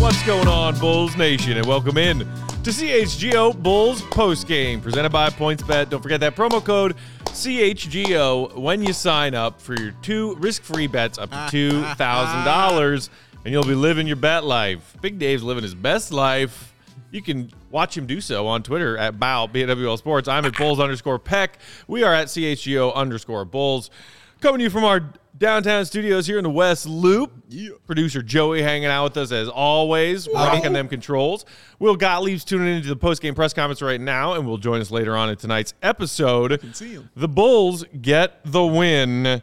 What's going on, Bulls Nation? And welcome in to CHGO Bulls postgame presented by PointsBet. Don't forget that promo code CHGO when you sign up for your two risk free bets up to $2,000, and you'll be living your bet life. Big Dave's living his best life. You can watch him do so on Twitter at BOW, BWL Sports. I'm at Bulls underscore Peck. We are at CHGO underscore Bulls. Coming to you from our downtown studios here in the West Loop. Producer Joey hanging out with us as always, rocking them controls. Will Gottlieb's tuning into the post-game press conference right now and will join us later on in tonight's episode. see him. The Bulls get the win.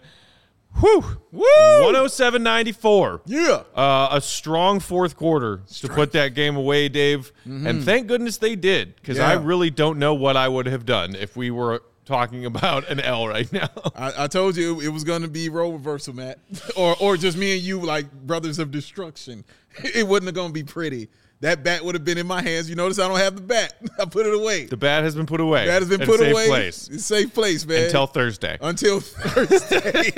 Whew. Woo! 107.94. Yeah. Uh, a strong fourth quarter to put that game away, Dave. And thank goodness they did, because I Mm-hmm. Yeah. really don't know what I would have done if we were talking about an L right now. I, I told you it was going to be role reversal, Matt, or or just me and you like brothers of destruction. It wasn't going to be pretty. That bat would have been in my hands. You notice I don't have the bat. I put it away. The bat has been put away. bat has been in a put safe away. Place. It's a safe place, man. until Thursday. until Thursday.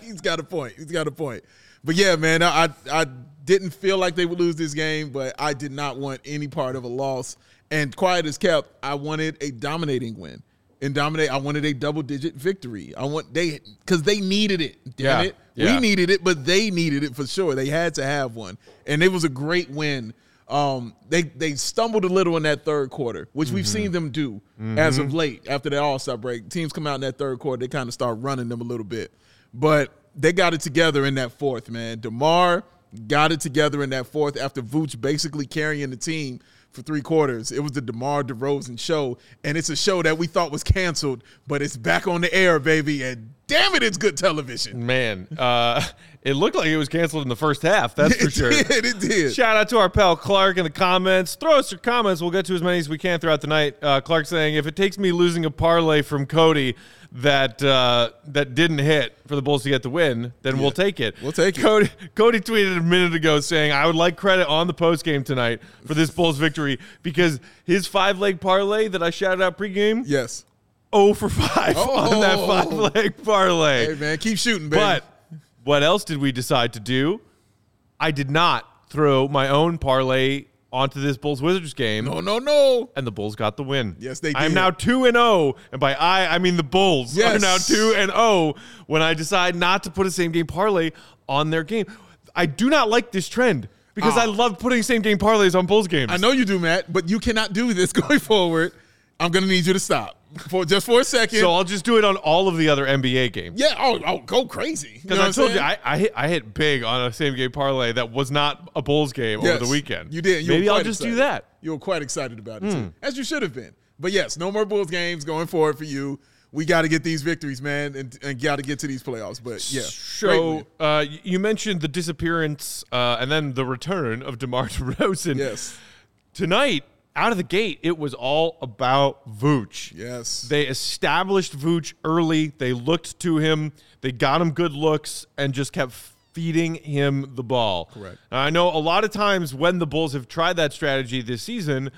He's got a point. He's got a point. But yeah, man, I I- I didn't feel like they would lose this game, but I did not want any part of a loss. And quiet as kept, I wanted a dominating win. And dominate, I wanted a double digit victory. I want they because they needed it. Damn Yeah, it. yeah. We needed it, but they needed it for sure. They had to have one. And it was a great win. Um, they they stumbled a little in that third quarter, which we've Mm-hmm. seen them do as of late after the All Star break. Teams come out in that third quarter, they kind of start running them a little bit, but they got it together in that fourth. Man, Demar got it together in that fourth after Vooch basically carrying the team for three quarters. It was the DeMar DeRozan show, and it's a show that we thought was canceled, but it's back on the air, baby, and damn it, it's good television. Man, uh, it looked like it was canceled in the first half. That's for It sure. did, it did. Shout out to our pal Clark in the comments. Throw us your comments. We'll get to as many as we can throughout the night. Uh, Clark saying, if it takes me losing a parlay from Cody that uh, that didn't hit for the Bulls to get the win, then we'll take it. We'll take it. Cody, Cody tweeted a minute ago saying, I would like credit on the post game tonight for this Bulls victory because his five leg parlay that I shouted out pregame, Yes. 0 for 5 on that Oh. five leg parlay. Hey man, keep shooting, baby. But what else did we decide to do? I did not throw my own parlay onto this Bulls Wizards game, no, no, no. and the Bulls got the win. Yes, they I am did. now two and zero, and by I I mean the Bulls are Yes. now two and zero when I decide not to put a same game parlay on their game. I do not like this trend because I love putting same game parlays on Bulls games. Ah. I know you do, Matt, but you cannot do this going forward. I'm gonna need you to stop for just for a second. So I'll just do it on all of the other NBA games. yeah, oh, oh, go crazy. Because I told you, I, I, hit, I hit big on a same game parlay that was not a Bulls game over the weekend. You did. You were Maybe I'll quite just do excited. that. Hmm. You were quite excited about it, too, as you should have been. But yes, no more Bulls games going forward for you. We got to get these victories, man, and, and got to get to these playoffs. But yeah, great So win. uh, y- you mentioned the disappearance uh, and then the return of DeMar DeRozan. yes, Tonight, out of the gate, it was all about Vooch. yes, They established Vooch early. They looked to him. They got him good looks and just kept feeding him the ball. Correct. Now, I know a lot of times when the Bulls have tried that strategy this season,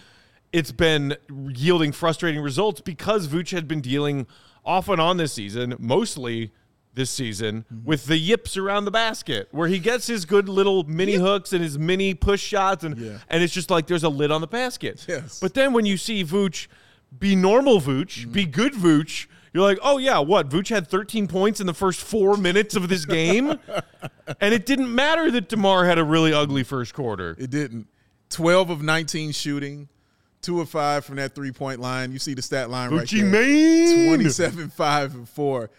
it's been yielding frustrating results because Vooch had been dealing off and on this season, mostly this season, Mm-hmm. with the yips around the basket, where he gets his good little mini hooks and his mini push shots, and Yeah. and it's just like there's a lid on the basket. Yes. But then when you see Vooch be normal Vooch, be Mm-hmm. good Vooch, you're like, oh yeah, what? Vooch had 13 points in the first four minutes of this game, and it didn't matter that Demar had a really ugly first quarter. It didn't. 12 of 19 shooting, 2 of 5 from that three point line. You see the stat line right Voochie there. man. 27, 5, and 4.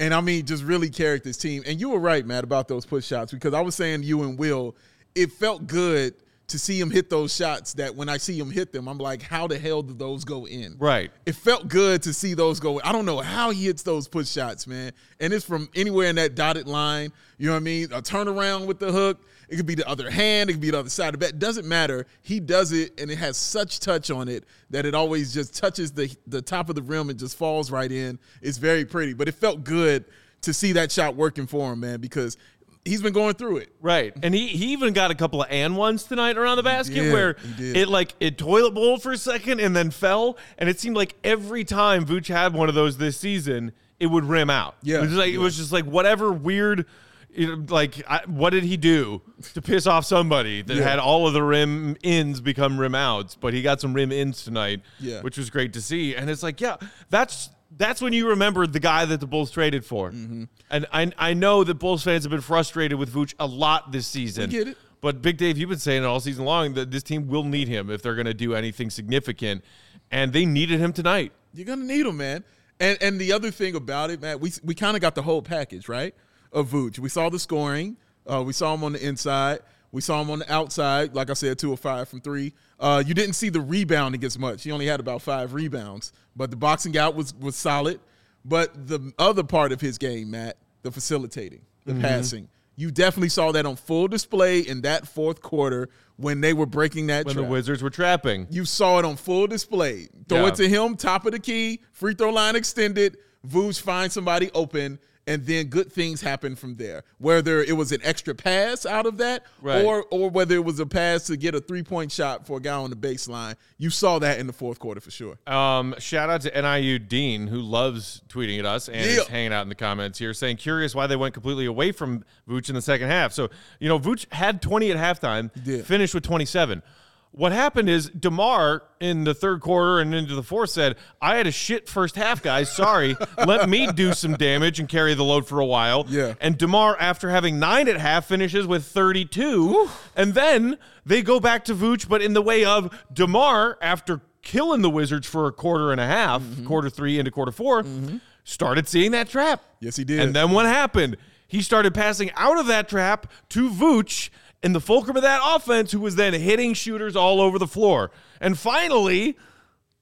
And I mean, just really carried this team. And you were right, Matt, about those push shots because I was saying to you and Will, it felt good to see him hit those shots that when I see him hit them, I'm like, how the hell did those go in? Right. It felt good to see those go. I don't know how he hits those push shots, man. And it's from anywhere in that dotted line. You know what I mean? A turnaround with the hook. It could be the other hand. It could be the other side of the bat. Doesn't matter. He does it, and it has such touch on it that it always just touches the the top of the rim and just falls right in. It's very pretty, but it felt good to see that shot working for him, man, because he's been going through it. Right. And he, he even got a couple of and ones tonight around the basket did, where he did. it like it toilet bowled for a second and then fell. And it seemed like every time Vooch had one of those this season, it would rim out. Yeah, It was, like, it was just like whatever weird you know, like, I, what did he do to piss off somebody that Yeah. had all of the rim ins become rim outs? But he got some rim ins tonight, Yeah. which was great to see. And it's like, yeah, that's that's when you remembered the guy that the Bulls traded for. Mm-hmm. And I I know that Bulls fans have been frustrated with Vooch a lot this season. get it. But Big Dave, you've been saying it all season long that this team will need him if they're going to do anything significant, and they needed him tonight. You're gonna need him, man. And and the other thing about it, man, we we kind of got the whole package, right? Of Vooch, we saw the scoring. Uh, we saw him on the inside. We saw him on the outside. Like I said, two or five from three. Uh, you didn't see the rebounding as much. He only had about five rebounds, but the boxing out was was solid. But the other part of his game, Matt, the facilitating, the Mm-hmm. passing. You definitely saw that on full display in that fourth quarter when they were breaking that. When trap the Wizards were trapping. you saw it on full display. Throw Yeah. it to him, top of the key, free throw line extended. Vooch finds somebody open, and then good things happen from there. Whether it was an extra pass out of that, Right. or or whether it was a pass to get a three point shot for a guy on the baseline, you saw that in the fourth quarter for sure. Um, shout out to NIU Dean who loves tweeting at us and Yeah. is hanging out in the comments here, saying curious why they went completely away from Vooch in the second half. So you know Vooch had 20 at halftime, did. finished with 27. What happened is Demar in the third quarter and into the fourth said, "I had a shit first half, guys. Sorry, let me do some damage and carry the load for a while." Yeah. And Demar, after having nine at half, finishes with 32, and then they go back to Vooch, but in the way of Demar after killing the Wizards for a quarter and a half, quarter three into quarter 4 started seeing that trap. Yes, he did. And then what happened? He started passing out of that trap to Vooch in the fulcrum of that offense, who was then hitting shooters all over the floor. And finally,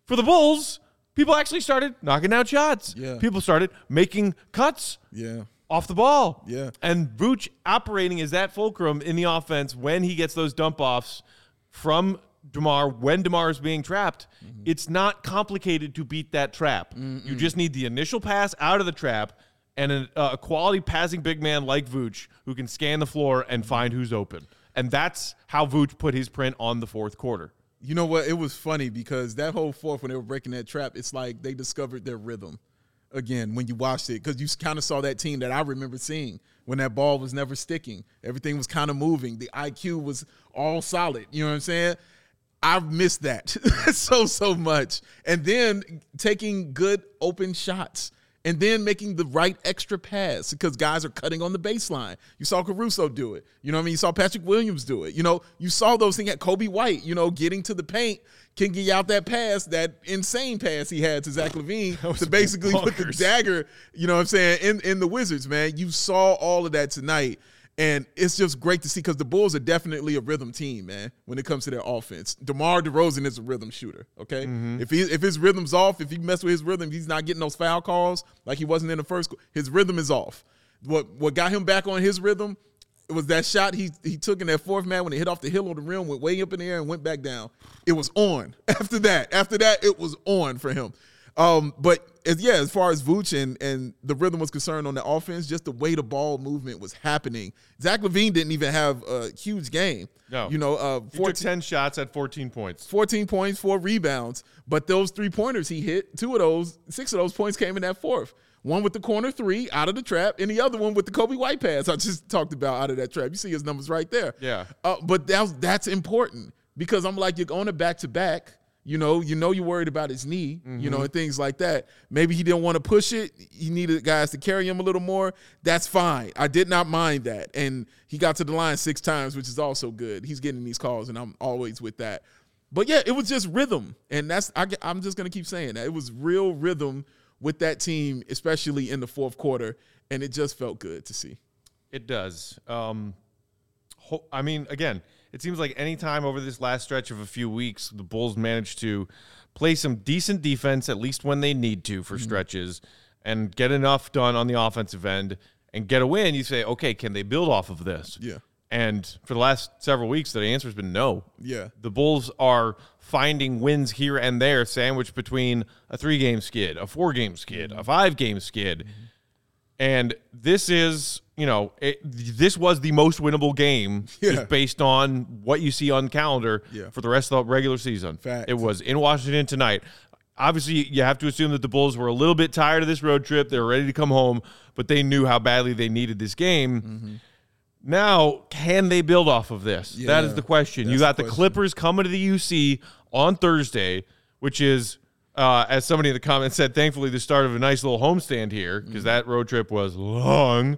for the Bulls, people actually started knocking down shots. Yeah. People started making cuts yeah, off the ball. Yeah. And Vooch operating as that fulcrum in the offense when he gets those dump offs from DeMar when DeMar is being trapped. It's not complicated to beat that trap. You just need the initial pass out of the trap and an, uh, a quality passing big man like Vooch who can scan the floor and find who's open. And that's how Vooch put his print on the fourth quarter. you know what? It was funny because that whole fourth when they were breaking that trap, it's like they discovered their rhythm again when you watched it because you kind of saw that team that I remember seeing when that ball was never sticking, everything was kind of moving, the IQ was all solid. You know what I'm saying? I've missed that so so much, and then taking good open shots. And then making the right extra pass because guys are cutting on the baseline. You saw Caruso do it. You know what I mean? You saw Patrick Williams do it. You know, you saw those things at Kobe White, you know, getting to the paint, kicking out that pass, that insane pass he had to Zach Levine to basically put the bonkers. dagger, you know what I'm saying, in, in the Wizards, man. You saw all of that tonight. And it's just great to see because the Bulls are definitely a rhythm team, man, when it comes to their offense. DeMar DeRozan is a rhythm shooter, okay? If he if his rhythm's off, if he mess with his rhythm, he's not getting those foul calls like he wasn't in the first. qu- His rhythm is off. What what got him back on his rhythm was that shot he he took in that fourth man when it hit off the hill on the rim, went way up in the air and went back down. It was on after that. After that, it was on for him. Um, but as, yeah, as far as Vooch and, and the rhythm was concerned on the offense, just the way the ball movement was happening. Zach Levine didn't even have a huge game. No. You know, uh, He took 14, 10 shots at 14 points. 14 points, four rebounds. But those three pointers he hit, two of those, six of those points came in that fourth. One with the corner three out of the trap, and the other one with the Kobe White pass I just talked about out of that trap. You see his numbers right there. Yeah. Uh, but that's that's important because I'm like you're on a back to back. You know, you know you're worried about his knee, you know, and things like that. Maybe he didn't want to push it. He needed guys to carry him a little more. That's fine. I did not mind that. And he got to the line six times, which is also good. He's getting these calls, and I'm always with that. But yeah, it was just rhythm, and that's I, am just gonna keep saying that it was real rhythm with that team, especially in the fourth quarter, and it just felt good to see. It does. Um, ho- I mean, again, it seems like any time over this last stretch of a few weeks, the Bulls managed to play some decent defense, at least when they need to for stretches, and get enough done on the offensive end and get a win. You say, okay, can they build off of this? Yeah. And for the last several weeks, the answer has been no. Yeah. The Bulls are finding wins here and there, sandwiched between a three game skid, a four game skid, a five game skid. And this is, you know, it, this was the most winnable game Yeah. just based on what you see on the calendar Yeah. for the rest of the regular season. Fact. It was in Washington tonight. Obviously, you have to assume that the Bulls were a Mm-hmm. little bit tired of this road trip. They were ready to come home, but they knew how badly they needed this game. Now, can they build off of this? that is Yeah, the question. You that's got the the question. Clippers coming to the UC on Thursday, which is, uh, as somebody in the comments said, thankfully the start of a nice little homestand here Mm-hmm. because that road trip was long.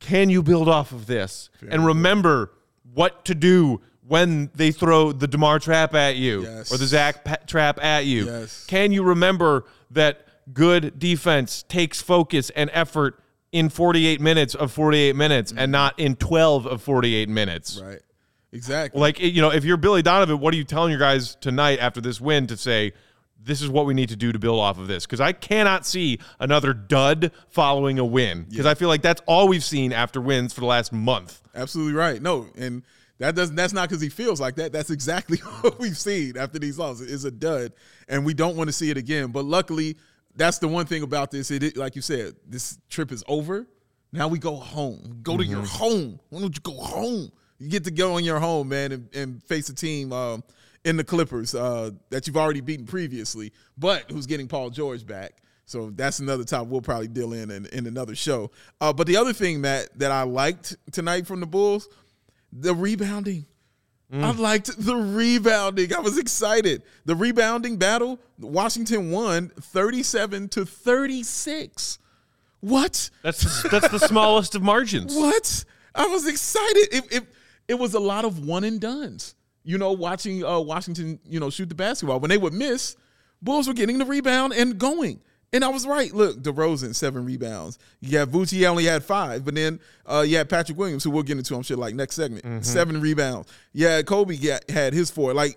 Can you build off of this? and remember what to do when they throw the DeMar trap at you Yes. or the Zach pa- trap at you. Yes. Can you remember that good defense takes focus and effort in 48 minutes of 48 minutes Mm-hmm. and not in 12 of 48 minutes? Right. Exactly. Like, you know, if you're Billy Donovan, what are you telling your guys tonight after this win to say, this is what we need to do to build off of this? Because I cannot see another dud following a win. Because I feel like that's all we've seen after wins for the last month. Absolutely right. No, and that doesn't. That's not because he feels like that. That's exactly what we've seen after these losses. It's a dud, and we don't want to see it again. But luckily, that's the one thing about this. It, is- like you said, this trip is over. Now we go home. Go to your home. Why don't you go home? You get to go on your home, man, and, and face a team um, in the Clippers uh, that you've already beaten previously, but who's getting Paul George back. So that's another topic we'll probably deal in in, in another show. Uh, but the other thing that that I liked tonight from the Bulls, the rebounding. I liked the rebounding. I was excited. The rebounding battle, Washington won 37 to 36. What? That's the, that's the smallest of margins. What? I was excited. It, it, it was a lot of one and dones. You know, watching uh, Washington, you know, shoot the basketball. When they would miss, Bulls were getting the rebound and going. And I was right. Look, DeRozan, seven rebounds. You got Vucci, he only had five. But then uh, you had Patrick Williams, who we'll get into, I'm sure, like next segment. Seven rebounds. Yeah, Kobe got, had his four. Like,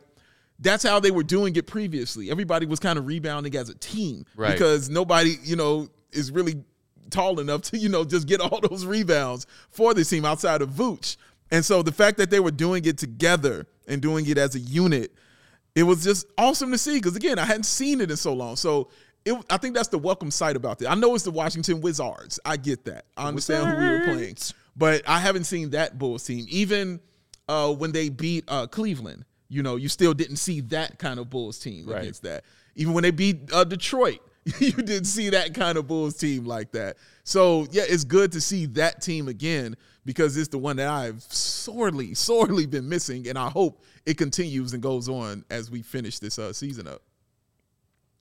that's how they were doing it previously. Everybody was kind of rebounding as a team Right. because nobody, you know, is really tall enough to, you know, just get all those rebounds for this team outside of Vooch. And so the fact that they were doing it together and doing it as a unit, it was just awesome to see because again, I hadn't seen it in so long. So it, I think that's the welcome sight about this. I know it's the Washington Wizards. I get that. I understand who we were playing, but I haven't seen that Bulls team even uh, when they beat uh, Cleveland. You know, you still didn't see that kind of Bulls team Right. against that. Even when they beat uh, Detroit, you didn't see that kind of Bulls team like that. So yeah, it's good to see that team again because it's the one that I've sorely, sorely been missing, and I hope it continues and goes on as we finish this uh, season up.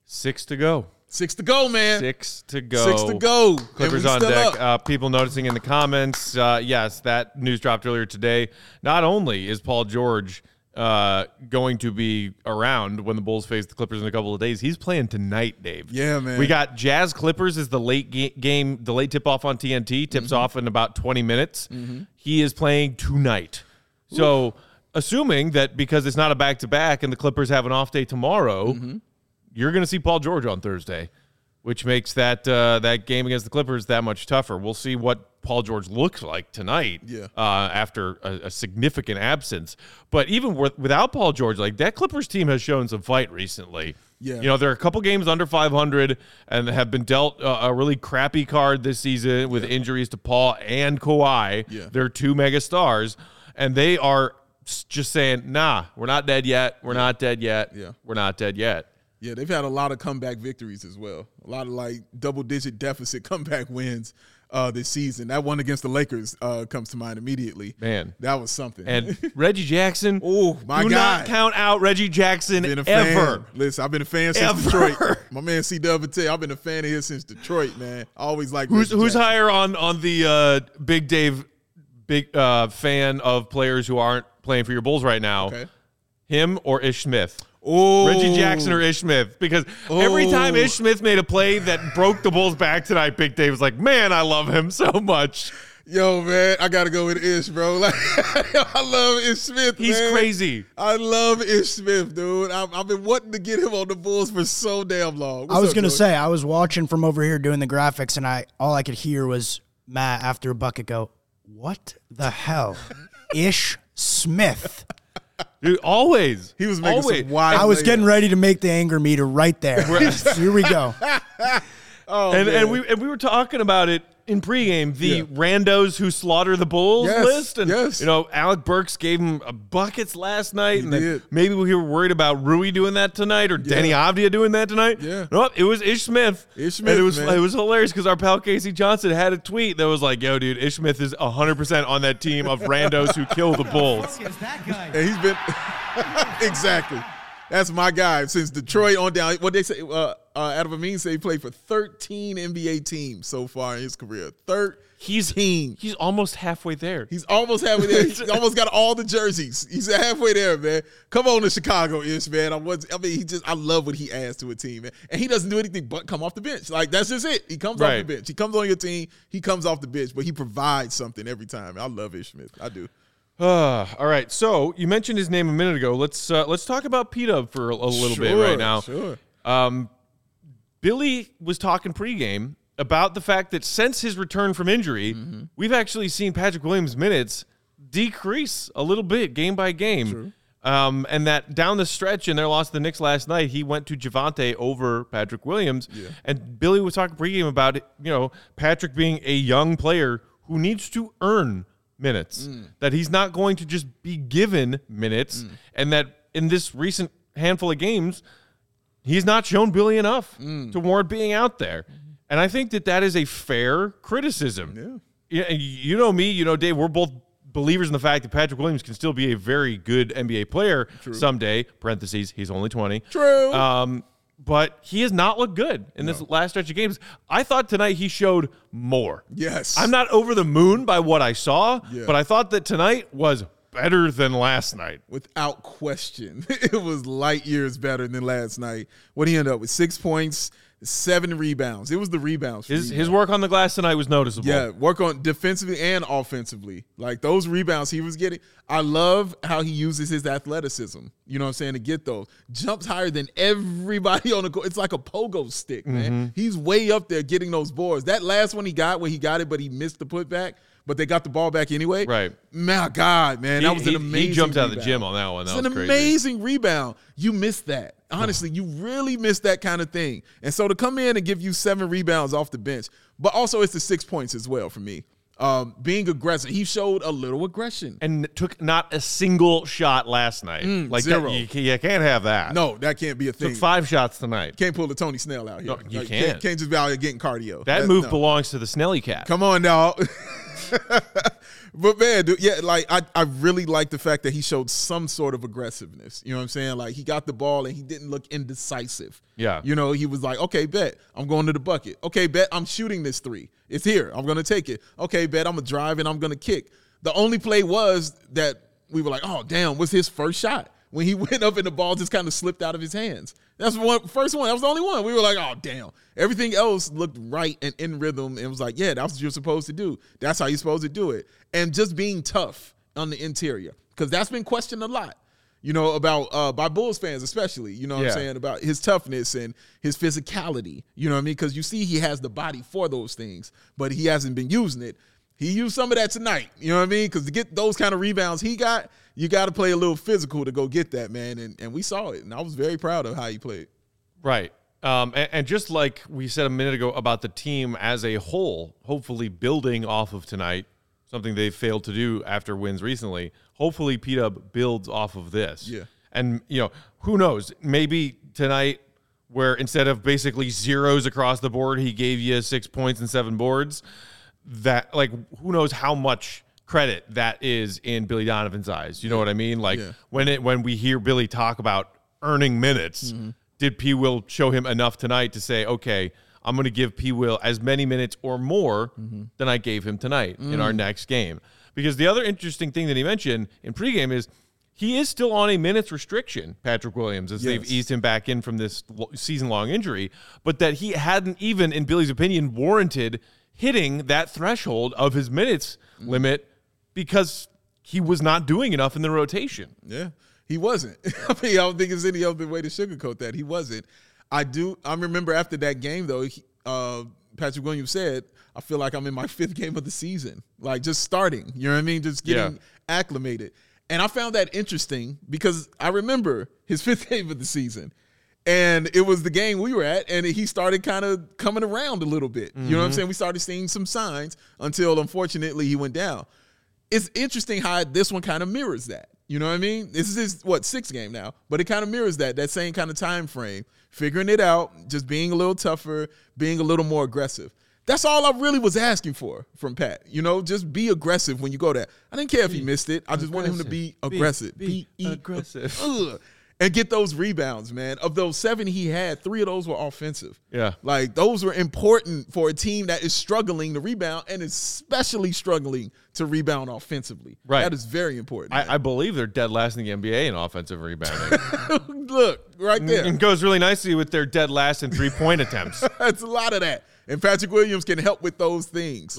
Six to go. Six to go, man. Six to go. Six to go. And Clippers we on still deck. up. Uh, people noticing in the comments, uh, yes, that news dropped earlier today. Not only is Paul George uh, going to be around when the Bulls face the Clippers in a couple of days, he's playing tonight, Dave. Yeah, man. We got Jazz Clippers is the late ga- game, the late tip off on TNT Mm-hmm. tips off in about 20 minutes. He is playing tonight. So, assuming that because it's not a back to back and the Clippers have an off day tomorrow, Mm-hmm. you're going to see Paul George on Thursday, which makes that uh, that game against the Clippers that much tougher. We'll see what Paul George looks like tonight. Yeah. Uh, after a, a significant absence, but even with, without Paul George, like that Clippers team has shown some fight recently. Yeah. You know, they're a couple games under 500 and have been dealt a, a really crappy card this season with injuries to Paul and Kawhi. Yeah. They're two mega stars, and they are s- just saying, nah, we're not dead yet. We're not dead yet. Yeah. We're not dead yet. Yeah, they've had a lot of comeback victories as well. A lot of like double digit deficit comeback wins uh, this season. That one against the Lakers uh, comes to mind immediately. Man. that was something. And Reggie Jackson. Ooh, my do not guy. count out Reggie Jackson been a ever. fan. Listen, I've been a fan since Ever. Detroit. My man C Dub would tell you, I've been a fan of his since Detroit, man. I always like Who's who's higher on on the uh, Big Dave big uh, fan of players who aren't playing for your Bulls right now? Okay. Him or Ish Smith? Oh, Reggie Jackson or Ish Smith? Because every Oh. time Ish Smith made a play that broke the Bulls back tonight, Big Dave was like, "Man, I love him so much. Yo, man, I gotta go with Ish, bro. Like, I love Ish Smith. He's man. crazy." I love Ish Smith, dude. I've, I've been wanting to get him on the Bulls for so damn long. I What's was up, gonna Joey? say I was watching from over here doing the graphics, and I all I could hear was Matt after a bucket go, "What the hell, Ish Smith?" Dude, always He was making some always. wild I was plays. getting ready to make the anger meter right there. here we go. Oh, and man. and we and we were talking about it in pregame the Yeah. randos who slaughter the Bulls Yes, list, and yes. you know Alec Burks gave him a buckets last night, and then did. maybe we were worried about Rui doing that tonight or Danny Avdia doing that tonight. Yeah. nope, it was Ish Smith. Ish and Smith, it was man. it was hilarious because our pal Casey Johnson had a tweet that was like, "Yo, dude, Ish Smith is hundred percent on that team of randos who kill the Bulls." Is that guy? And he's been exactly. That's my guy since Detroit on down. What they say, uh, uh, Adam Amin said he played for 13 NBA teams so far in his career. 13. He's he's almost halfway there. He's almost halfway there. He's almost got all the jerseys. He's halfway there, man. Come on to Chicago, ish, man. I was. I mean, he just. I love what he adds to a team, man. And he doesn't do anything but come off the bench. Like that's just it. He comes Right. off the bench. He comes on your team. He comes off the bench, but he provides something every time. I love Ish Smith. I do. Uh, all right. So you mentioned his name a minute ago. Let's uh, let's talk about P Dub for a, a little bit Sure, right now. Sure. Billy was talking pregame about the fact that since his return from injury, we've actually seen Patrick Williams' minutes decrease a little bit game by game. Um, and that down the stretch in their loss to the Knicks last night, he went to Javante over Patrick Williams. And Billy was talking pregame about you know Patrick being a young player who needs to earn minutes. That he's not going to just be given minutes, and that in this recent handful of games, he's not shown Billy enough Mm. to warrant being out there. And I think that that is a fair criticism. Yeah. You, you know me, you know Dave, we're both believers in the fact that Patrick Williams can still be a very good NBA player someday, parentheses, he's only 20. True. Um, but he has not looked good in this last stretch of games. I thought tonight he showed more. Yes. I'm not over the moon by what I saw, Yeah. but I thought that tonight was better than last night. without question. it was light years better than last night. What he ended up with six points, seven rebounds. It was the rebounds. for His, me. his work on the glass tonight was noticeable. yeah, work on defensively and offensively. Like those rebounds he was getting. I love how he uses his athleticism. You know what I'm saying to get those jumps higher than everybody on the court. It's like a pogo stick, Mm-hmm. man. He's way up there getting those boards. That last one he got where he got it, but he missed the putback. But they got the ball back anyway. Right. My God, man, that was an amazing. He jumped out of the rebound. gym on that one. Oh, That It's was an crazy. amazing rebound. You missed that. Honestly, you really missed that kind of thing. And so to come in and give you seven rebounds off the bench, but also it's the six points as well for me. Um, being aggressive, he showed a little aggression. and took not a single shot last night. like that- Mm, zero. you, ca- you can't have that. No, that can't be a thing. took five shots tonight. Can't pull the Tony Snell out here. No, you can't. can't. Can't just be out here getting cardio. that That's- move no. belongs to the Snelly cat. Come on, dog. but man, dude, yeah, like I, I really like the fact that he showed some sort of aggressiveness. You know what I'm saying? Like he got the ball and he didn't look indecisive. Yeah. You know, he was like, okay, bet I'm going to the bucket. Okay, bet I'm shooting this three. It's here. I'm gonna take it. Okay, bet I'm gonna drive and I'm gonna kick. The only play was that we were like, oh damn, was his first shot. When he went up and the ball just kind of slipped out of his hands. That's the one first one. That was the only one. We were like, oh damn. Everything else looked right and in rhythm and was like, yeah, that's what you're supposed to do. That's how you're supposed to do it. And just being tough on the interior. Because that's been questioned a lot. You know, about uh by Bulls fans especially. You know what Yeah. I'm saying? about his toughness and his physicality. You know what I mean? Because you see, he has the body for those things, but he hasn't been using it. He used some of that tonight. You know what I mean? Because to get those kind of rebounds he got, you got to play a little physical to go get that, man. And, and we saw it. And I was very proud of how he played. Right. Um, and, and just like we said a minute ago about the team as a whole, hopefully building off of tonight, something they failed to do after wins recently. Hopefully, P Dub builds off of this. Yeah. And, you know, who knows? Maybe tonight, where instead of basically zeros across the board, he gave you six points and seven boards, that, like, who knows how much credit that is in Billy Donovan's eyes. You know what I mean? Like, Yeah. when it when we hear Billy talk about earning minutes, did P Will show him enough tonight to say, okay, I'm going to give P Will as many minutes or more than I gave him tonight in our next game? Because the other interesting thing that he mentioned in pregame is he is still on a minutes restriction, Patrick Williams, as they've Yes. eased him back in from this season long injury, but that he hadn't even, in Billy's opinion, warranted hitting that threshold of his minutes limit because he was not doing enough in the rotation. Yeah, he wasn't. I mean, I don't think there's any other way to sugarcoat that. He wasn't. I do. I remember after that game though, he, uh, Patrick Williams said, "I feel like I'm in my fifth game of the season, like just starting. You know what I mean? Just getting Yeah. acclimated." And I found that interesting because I remember his fifth game of the season. And it was the game we were at, and he started kind of coming around a little bit. You know what I'm saying? We started seeing some signs until unfortunately he went down. It's interesting how this one kind of mirrors that. You know what I mean? This is his what sixth game now, but it kind of mirrors that that same kind of time frame, figuring it out, just being a little tougher, being a little more aggressive. That's all I really was asking for from Pat. You know, just be aggressive when you go there. I didn't care if he missed it. I just wanted him to be aggressive. Be, Be e- aggressive. Ugh. and get those rebounds, man. Of those seven he had, three of those were offensive. Yeah. Like those were important for a team that is struggling to rebound and especially struggling to rebound offensively. Right. That is very important. I, I believe they're dead last in the NBA in offensive rebounding. Look, right there. and goes really nicely with their dead last in three point attempts. That's a lot of that. And Patrick Williams can help with those things.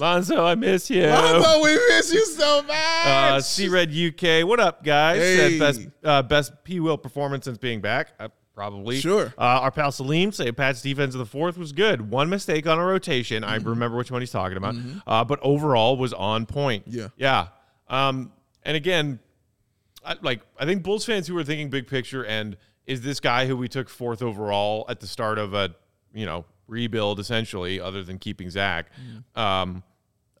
Lonzo, I miss you. Lonzo, we miss you so much. Uh, C Red UK, what up, guys? Said Hey. best uh, best P Will performance since being back. Uh, probably Sure. Uh, our pal Salim say Pat's defense of the fourth was good. One mistake on a rotation. Mm-hmm. I remember which one he's talking about. Uh, but overall was on point. Yeah. yeah. Um, and again, I, like I think Bulls fans who are thinking big picture and is this guy who we took fourth overall at the start of a you know rebuild essentially, other than keeping Zach, Mm-hmm. um,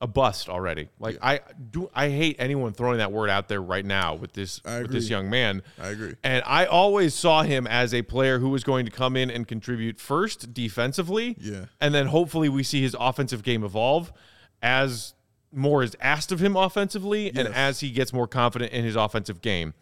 a bust already. Like I do, I hate anyone throwing that word out there right now with this I with this agree. young man. I agree. And I always saw him as a player who was going to come in and contribute first defensively, Yeah. and then hopefully we see his offensive game evolve as more is asked of him offensively and as he gets more confident in his offensive game.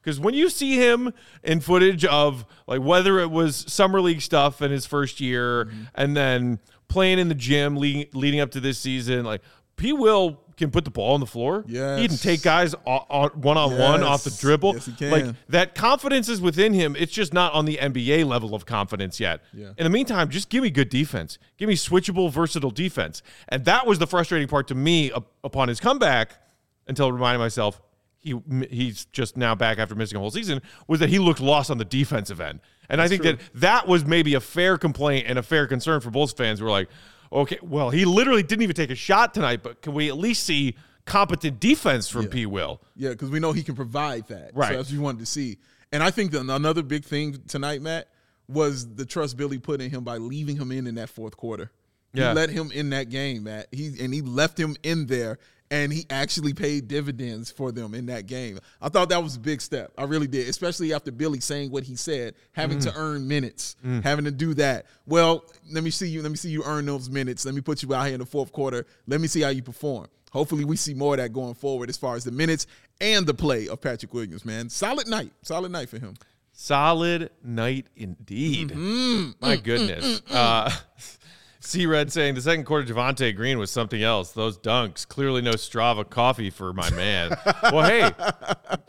Because when you see him in footage of like whether it was summer league stuff in his first year and then playing in the gym leading, leading up to this season, like P. Will can put the ball on the floor. he can Yes. take guys one on one off the Yes. dribble. Yes, he can. Like that confidence is within him. It's just not on the NBA level of confidence yet. Yeah. In the meantime, just give me good defense. Give me switchable, versatile defense. And that was the frustrating part to me up, upon his comeback until reminding myself he he's just now back after missing a whole season was that he looked lost on the defensive end. And I think that that was maybe a fair complaint and a fair concern for Bulls fans who were like, okay, well, he literally didn't even take a shot tonight, but can we at least see competent defense from P. Will? Yeah, because we know he can provide that. Right. So that's what you wanted to see. And I think that another big thing tonight, Matt, was the trust Billy put in him by leaving him in in that fourth quarter. Yeah. He let him in that game, Matt. He and he left him in there, and he actually paid dividends for them in that game. I thought that was a big step. I really did, especially after Billy saying what he said, having to earn minutes, having to do that. Well, let me see you. Let me see you earn those minutes. Let me put you out here in the fourth quarter. Let me see how you perform. Hopefully, we see more of that going forward as far as the minutes and the play of Patrick Williams. Man, solid night, solid night for him. Solid night indeed. Mm-hmm. My goodness. Uh, C Red saying the second quarter Javante Green was something else. Those dunks. Clearly no Strava coffee for my man. well, hey,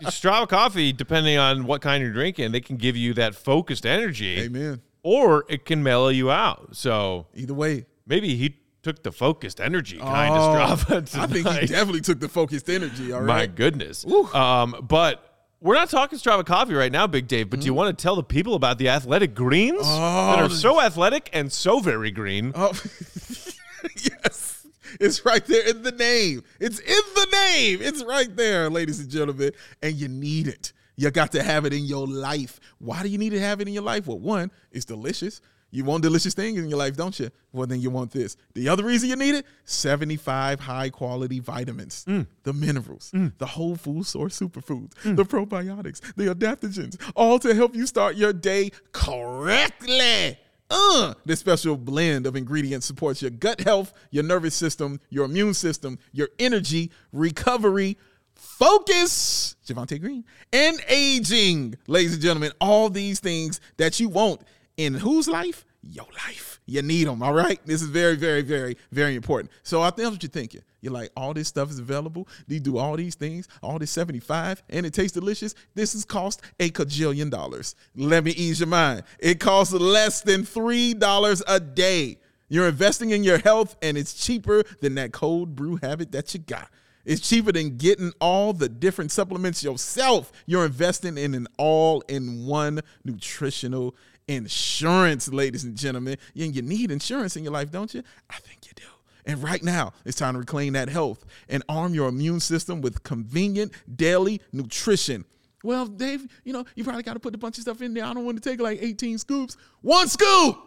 Strava coffee, depending on what kind you're drinking, they can give you that focused energy. Amen. Or it can mellow you out. So Either way, maybe he took the focused energy kind Oh, of Strava. I think tonight. he definitely took the focused energy. All My right. goodness. Um, but we're not talking Strava Coffee right now, Big Dave. But do you Mm-hmm. want to tell the people about the athletic greens that are so athletic and so very green? Oh, yes. It's right there in the name. It's in the name. It's right there, ladies and gentlemen. And you need it. You got to have it in your life. Why do you need to have it in your life? Well, one, it's delicious. You want delicious things in your life, don't you? Well, then you want this. The other reason you need it 75 high quality vitamins, the minerals, the whole food source superfoods, the probiotics, the adaptogens, all to help you start your day correctly. Uh, this special blend of ingredients supports your gut health, your nervous system, your immune system, your energy, recovery, focus, Javante Green, and aging. Ladies and gentlemen, all these things that you want in whose life? Your life. You need them, all right? This is very, very, very, very important. So I think that's what you're thinking. You're like, all this stuff is available. You do all these things, all this 75, and it tastes delicious. This has cost a cajillion dollars. Let me ease your mind. It costs less than $3 a day. You're investing in your health, and it's cheaper than that cold brew habit that you got. It's cheaper than getting all the different supplements yourself. You're investing in an all in one nutritional insurance, ladies and gentlemen. And you need insurance in your life, don't you? I think you do. And right now, it's time to reclaim that health and arm your immune system with convenient daily nutrition. well, Dave, you know, you probably got to put a bunch of stuff in there. I don't want to take like 18 scoops. One scoop.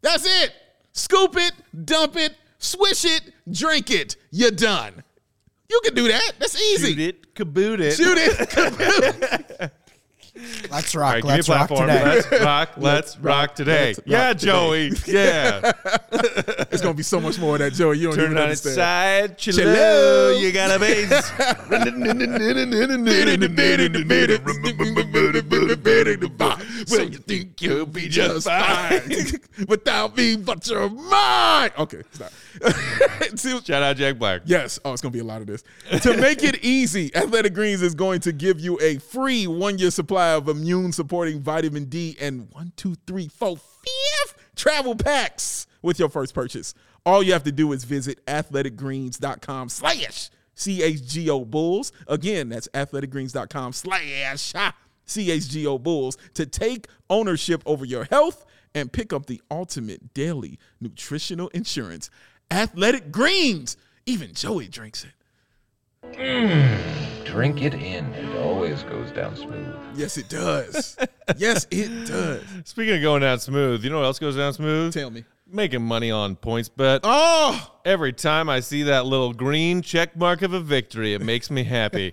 That's it. Scoop it, dump it, swish it, drink it. You're done. You can do that. That's Shoot easy. it, kaboot it. Shoot it. Let's All rock. right, give me a let's rock platform. today. Let's rock. Let's rock today. let's rock yeah, Joey. Yeah. it's gonna be so much more of that, Joey. You don't Turn even it on its side. understand. Chillo. Chillo. You got a bass. Well, you think you'll be just fine without me, but you're mine. Okay, stop. See, Shout out Jack Black. Yes. Oh, it's going to be a lot of this. to make it easy, Athletic Greens is going to give you a free one year supply of immune supporting vitamin D and one, two, three, four, fifth travel packs with your first purchase. All you have to do is visit athleticgreens.com slash CHGO Bulls. Again, that's athleticgreens.com slash ah, CHGO Bulls to take ownership over your health and pick up the ultimate daily nutritional insurance. Athletic Greens. Even Joey drinks it. Drink it in. It always goes down smooth. Yes, it does. yes, it does. Speaking of going down smooth, you know what else goes down smooth? Tell me. Making money on points bet. Oh, Every time I see that little green check mark of a victory, it makes me happy.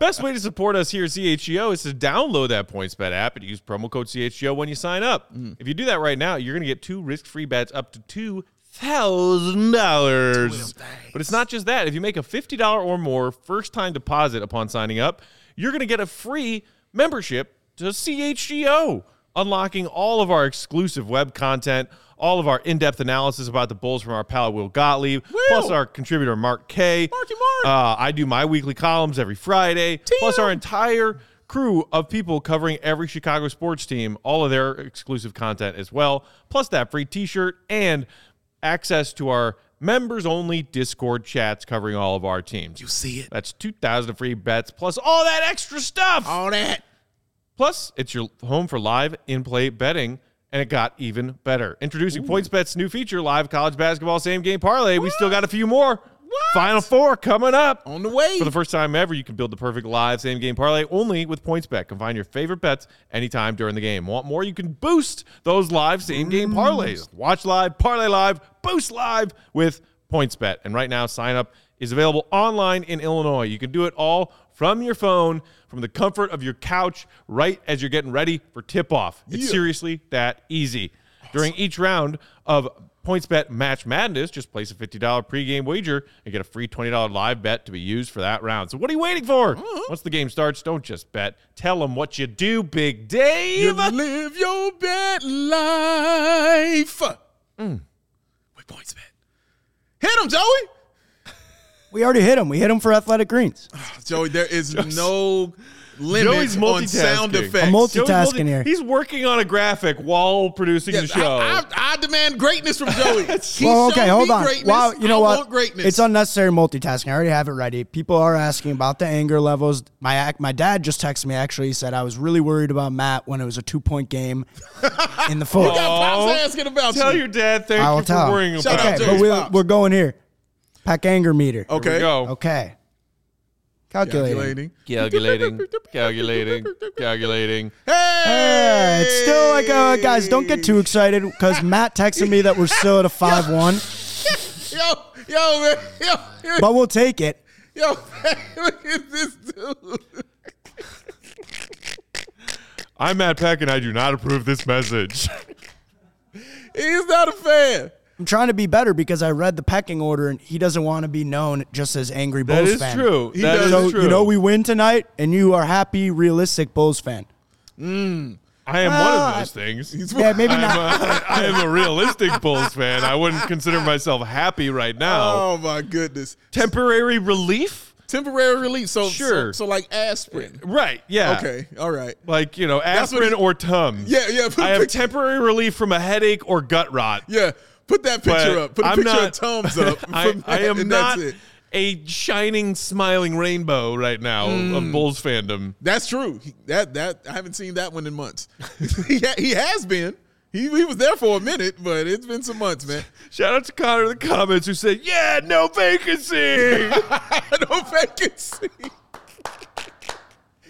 Best way to support us here at CHGO is to download that PointsBet app and use promo code CHGO when you sign up. If you do that right now, you're going to get two risk free bets up to two thousand dollars. But it's not just that. If you make a fifty dollar or more first time deposit upon signing up, you're going to get a free membership to E CHGO, unlocking all of our exclusive web content, all of our in depth analysis about the Bulls from our pal Will Gottlieb, plus our contributor Mark K. Marky Mark. Uh, I do my weekly columns every Friday, plus our entire crew of people covering every Chicago sports team, all of their exclusive content as well, plus that free t shirt and access to our members only Discord chats covering all of our teams. you see it. That's 2,000 free bets plus all that extra stuff. All that. Plus, it's your home for live in play betting, and it got even better. Introducing PointsBet's new feature, live college basketball same game parlay. We still got a few more. Final four coming up. On the way. For the first time ever, you can build the perfect live same game parlay only with PointsBet. Combine your favorite bets anytime during the game. Want more? You can boost those live same game parlays. Watch live, parlay live, boost live with PointsBet. And right now, sign up is available online in Illinois. You can do it all from your phone, from the comfort of your couch, right as you're getting ready for tip off. It's Yeah. seriously that easy. During each round of PointsBet Match Madness, just place a $50 pregame wager and get a free $20 live bet to be used for that round. So what are you waiting for? Once the game starts, don't just bet. Tell them what you do, Big You Dave. live your best life. Mm. With points, man. Hit him, Joey. We already hit him. We hit him for athletic greens. Ah, Joey, there is no limit Joey's on sound multitasking. effects. I'm multi- Joey Multitasking Goldie- here. He's working on a graphic while producing Yes, the show. I, I, I demand greatness from Joey. He Well, showed okay, me hold on. Greatness. Wow, you know I what? Want greatness. It's unnecessary multitasking. I already have it ready. People are asking about the anger levels. My ac- my dad just texted me. Actually, he said I was really worried about Matt when it was a two point game in the fourth. got Oh, Pop's asking about Tell you. your dad thank I will you tell. for him. worrying Shout about okay, out it. to but his we're, pops. we're going here. Pack anger meter. Here we okay. go. Okay. Calculating. Calculating. Calculating, calculating, calculating. Hey! Yeah, it's still like uh, guys. Don't get too excited because Matt texted me that we're still at a five one, Yo, yo, man. Yo, yo, but we'll take it. yo man. Look at this dude. I'm Matt Peck, and I do not approve this message. He's not a fan. I'm trying to be better because I read the pecking order, and he doesn't want to be known just as angry That Bulls is fan. true. He That is does- So true. you know we win tonight, and you are happy, realistic Bulls fan. I am one Well, Ah. of those things. Yeah, maybe I'm not. a, I am a realistic Bulls fan. I wouldn't consider myself happy right now. Oh my goodness. Temporary relief? Temporary relief. So Sure. So, so like aspirin. Right. Yeah. Okay. All right. Like you know, what aspirin he- or Tums. Yeah. Yeah. Put, I have pic- temporary relief from a headache or gut rot. yeah. Put that but picture up. Put a I'm picture not, of Tom's up. I, from I that, am and not That's, it. a shining, smiling rainbow right now of Mm. Bulls fandom. that's true. He- That that I haven't seen that one in months. he, ha- he has been. He, he was there for a minute, but it's been some months, man. Shout out to Connor in the comments who said, "Yeah, no vacancy." no vacancy.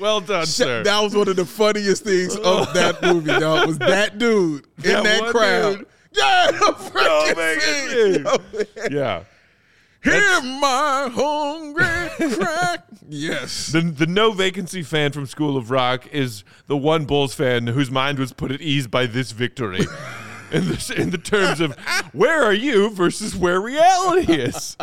Well done, Sh- sir. That was one of the funniest things of that movie, dog. Was that dude in That that, one crowd? dude. Yeah, the Yo, freaking man, scene. dude. yeah. Hear my hungry crack. Yes. The, the no vacancy fan from School of Rock is the one Bulls fan whose mind was put at ease by this victory. in, this, in the terms of where are you versus where reality is.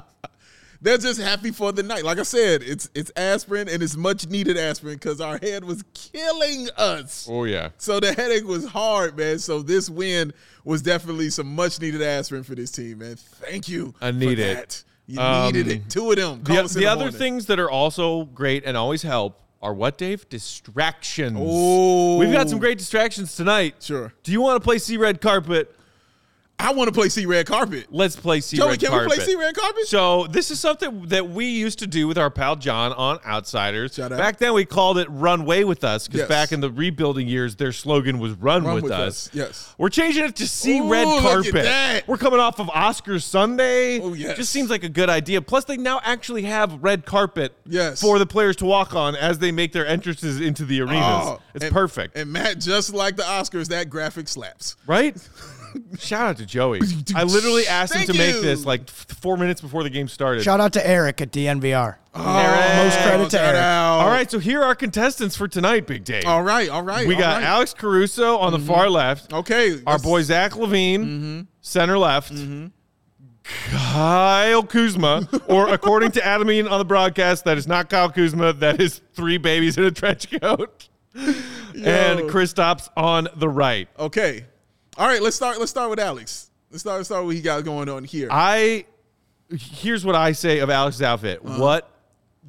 They're just happy for the night. Like I said, it's it's aspirin and it's much needed aspirin because our head was killing us. Oh, yeah. So the headache was hard, man. So this win was definitely some much needed aspirin for this team, man. Thank you. I need for it. that. You Um, needed it. Two of them. Call The, us the in other morning. things that are also great and always help are what, Dave? Distractions. Ooh. We've got some great distractions tonight. Oh. Sure. Do you want to play Sea Red Carpet? I want to play C Red Carpet. Let's play Sea Joey, Red can Carpet. we play C Red Carpet? So this is something that we used to do with our pal John on Outsiders. Shout out. Back then we called it "Runway with Us" because Yes. back in the rebuilding years, their slogan was "Run, Run with, with us. us, yes. we're changing it to "See Ooh, Red look at Carpet." that. We're coming off of Oscar Sunday. Oh, yes. just seems like a good idea. Plus, they now actually have red carpet Yes. for the players to walk on as they make their entrances into the arenas. Oh, it's and- perfect, And Matt, just like the Oscars, that graphic slaps. right? Shout out to Joey. I literally asked him Thank to make you. this like f- four minutes before the game started. Shout out to Eric at DNVR. Oh, Most credit to shout Eric. out. All right, so here are our contestants for tonight, Big Dave. All right. All right. we all got right. Mm-hmm. Oh, Alex Caruso on the far left. Okay. Our let's- boy Zach Levine, Mm-hmm. center left. Kyle Kuzma, or according to Adamine on the broadcast, that is not Kyle Kuzma. That is three babies in a trench coat. And Kristaps on the right. Okay. All right. Let's start. Let's start with Alex. Let's start. Let's start with what he got going on here. I, I here's what I say of Alex's outfit. Uh-huh. What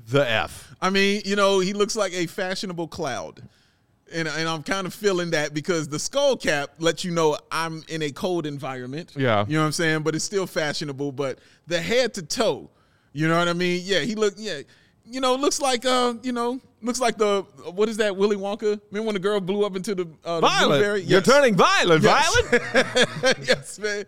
the f? mean, you know, he looks like a fashionable cloud. And, and I'm kind of feeling that because the skull cap lets you know I'm in a cold environment. Yeah. You know what I'm saying? But it's still fashionable. But the head to toe, you know what I mean? Yeah, he look yeah. You know, looks like uh, you know, looks like the what is that Willy Wonka? Remember when the girl blew up into the, uh, the Violent. blueberry? You're Yes. turning violent. Yes. Violent. yes, man.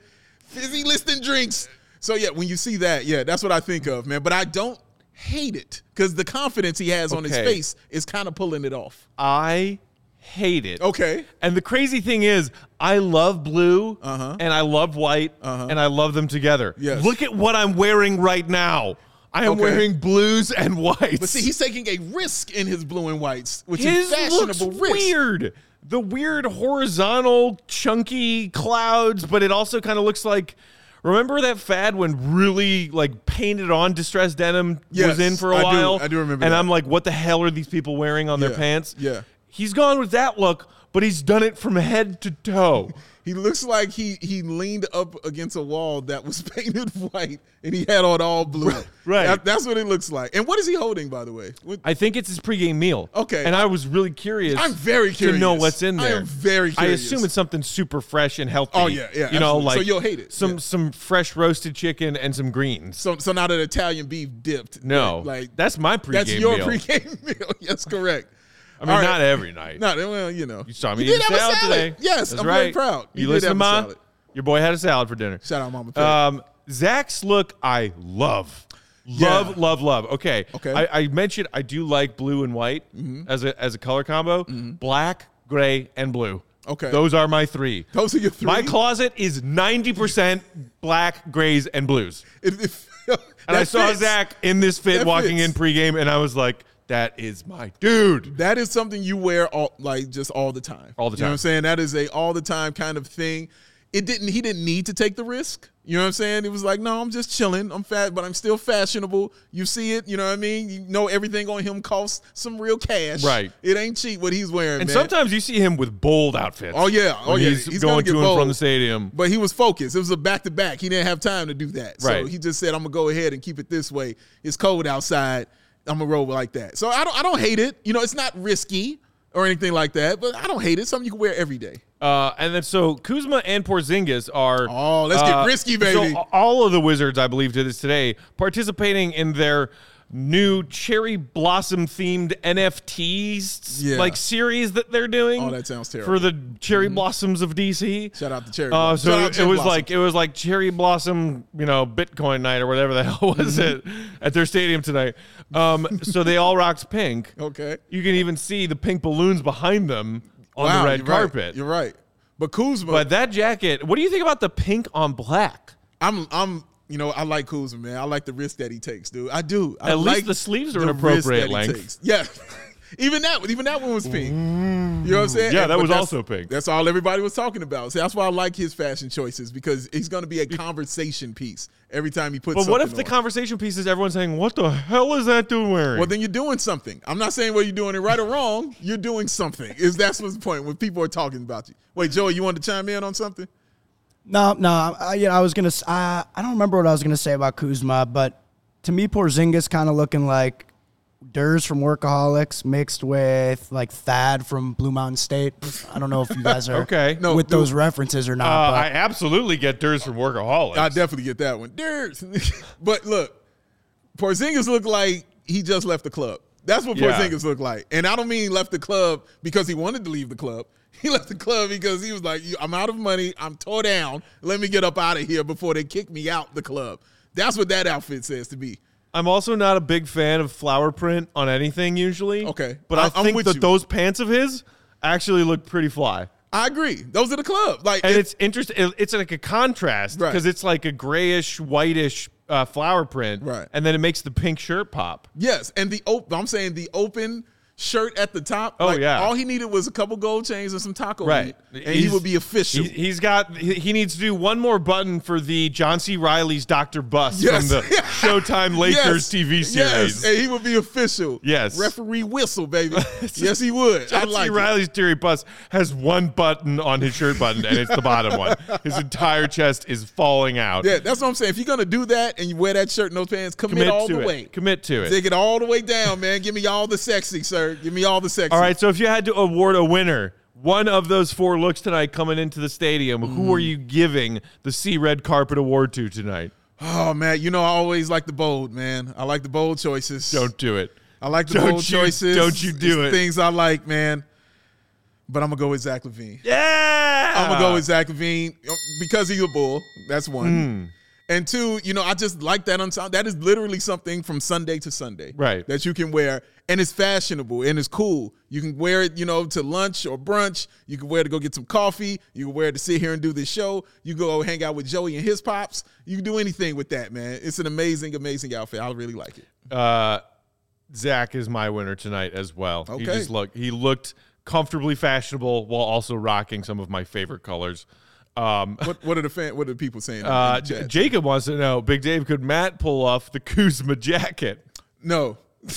Fizzy listing drinks. So yeah, when you see that, yeah, that's what I think of, man. But I don't hate it because the confidence he has on his Okay. face is kind of pulling it off. I hate it. Okay. And the crazy thing is, I love blue and I love white and I love them together. Uh-huh. Yes. Look at what I'm wearing right now. I am Okay. wearing blues and whites. But see, he's taking a risk in his blue and whites, which his is fashionable looks risk. weird. The weird horizontal chunky clouds, but it also kind of looks like. Remember that fad when really like painted on distressed denim was Yes, in for a I do- while? I do remember And that. I'm like, what the hell are these people wearing on their Yeah, pants? yeah. He's gone with that look, but he's done it from head to toe. He looks like he he leaned up against a wall that was painted white, and he had on all blue. right. That- that's what it looks like. And what is he holding, by the way? What- I think it's his pregame meal. Okay. And I was really curious. I'm very to know curious. what's in I there. am very I curious. assume it's something super fresh and healthy. Oh, yeah, yeah, You know, absolutely. So like you'll hate it, Some yeah. some fresh roasted chicken and some greens. so so not an Italian beef dipped. No, like, like that's my pregame That's your meal. pregame meal. Yes, correct. I mean, not every night. Not well, you know. You saw me did eat a have salad, today. Yes, That's I'm right. very proud. You, did listen to have a mine. salad. Your boy had a salad for dinner. Shout out, Mama. Pig. Um, Zach's look, I love. Love, Yeah. love, love. Okay. Okay. Mm-hmm. I, I mentioned I do like blue and white as a as a color combo. Black, gray, and blue. Okay. Those are my three. Those are your three. My closet is 90% black, grays, and blues. It- it- And I that saw fits. Zach in this fit That walking fits. in pregame, and I was like, that is my dude. That is something you wear all like just all the time. All the You know time. what I'm saying? That is a all the time kind of thing. It didn't he didn't need to take the risk. You know what I'm saying? It was like, no, I'm just chilling. I'm fat, but I'm still fashionable. You see it, you know what I mean? You know everything on him costs some real cash. Right. It ain't cheap what he's wearing. And man. sometimes you see him with bold outfits. Oh, yeah. Oh, When yeah. He's, He's gonna going get to and from bold. the stadium. But he was focused. It was a back to back. He didn't have time to do that. Right. So he just said, I'm gonna go ahead and keep it this way. It's cold outside. I'm gonna roll like that. So I don't I don't hate it. You know, it's not risky or anything like that, but I don't hate it. Something you can wear every day. Uh, and then so Kuzma and Porzingis are. Oh, let's get uh, risky, So baby. a- all of the Wizards, I believe, did this today, participating in their new cherry blossom themed NFTs Yeah. like series that they're doing. Oh, that sounds terrible. Mm-hmm. For the cherry blossoms of DC. Shout out to Cherry. Uh, Blossom. so Shout out it Cherry was Blossom. like it was like cherry blossom, you know, Bitcoin night or whatever the hell was Mm-hmm. it at their stadium tonight. Um, so they all rocked pink. okay. You can even see the pink balloons behind them on Wow, the red you're right. carpet. You're right. But Kuzma, But that jacket, what do you think about the pink on black? I'm I'm you know I like Kuzma, man. I like the risk that he takes, dude. I do. I At least like the sleeves are the an appropriate risk that he length. takes. Yeah. even that even that one was pink. You know what I'm saying? Yeah, that But was that's- also pink. That's all everybody was talking about. So that's why I like his fashion choices because he's going to be a conversation piece every time he puts. But what if something the on. conversation piece is everyone saying, "What the hell is that dude wearing?" Well, then you're doing something. I'm not saying whether you're doing it right or wrong. You're doing something. Is that's what's the point when people are talking about you? Wait, Joey, you wanted to chime in on something? No, no. I, you know, I was gonna. s- Uh, I don't remember what I was gonna say about Kuzma, but to me, Porzingis kind of looking like Durs from Workaholics mixed with like Thad from Blue Mountain State. I don't know if you guys are Okay. No, with dude. those references or not. uh, but I absolutely get Durs from Workaholics. I definitely get that one. Dirt. but look, Porzingis looked like he just left the club. That's what Yeah. Porzingis looked like. And I don't mean left the club because he wanted to leave the club. He left the club because he was like, "You- I'm out of money. I'm tore down. Let me get up out of here before they kick me out the club. That's what that outfit says to me. I'm also not a big fan of flower print on anything usually. Okay. but I, I- I'm think with that you. those pants of his actually look pretty fly. I agree. Those are the club. Like And it- it's interesting. It's like a contrast Right. because it's like a grayish, whitish uh, flower print, Right. And then it makes the pink shirt pop. Yes, and the open. I'm saying the open shirt at the top. Oh, yeah. All he needed was a couple gold chains and some taco Right, meat, and he He's- would be official. He, he's got. He, he needs to do one more button for the John C. Riley's Doctor Bus Yes. from the Showtime Lakers Yes. TV series. Yes, and he would be official. Yes. referee whistle, baby. yes, he would. I John C. like it. Riley's Theory Bus has one button on his shirt button, and it's the bottom one. His entire chest is falling out. Yeah, that's what I'm saying. If you're gonna do that and you wear that shirt and those pants, commit, Commit all to the it. way. Commit to it. Take it all the way down, man. Give me all the sexy, sir. Give me all the sexy. All right, so if you had to award a winner, one of those four looks tonight coming into the stadium, who are Mm. you giving the C Red Carpet Award to tonight? Oh man, you know I always like the bold, man. I like the bold choices. Don't do it. I like the Don't bold you- choices. don't you do It's it. Things I like, man. But I'm gonna go with Zach Levine. Yeah! I'm gonna go with Zach Levine uh, because he's a bull. That's Hmm. one. And two, you know, I just like that on that is literally something from Sunday to Sunday, Right. That you can wear, and it's fashionable and it's cool. You can wear it, you know, to lunch or brunch. You can wear it to go get some coffee. You can wear it to sit here and do this show. You go hang out with Joey and his pops. You can do anything with that, man. It's an amazing, amazing outfit. I really like it. Uh, Zach is my winner tonight as well. He Okay. just looked. He looked comfortably fashionable while also rocking some of my favorite colors. Um, What, what are the fan? What are the people saying? uh, in the chat? Jacob wants to know, Big Dave, could Matt pull off the Kuzma jacket? No.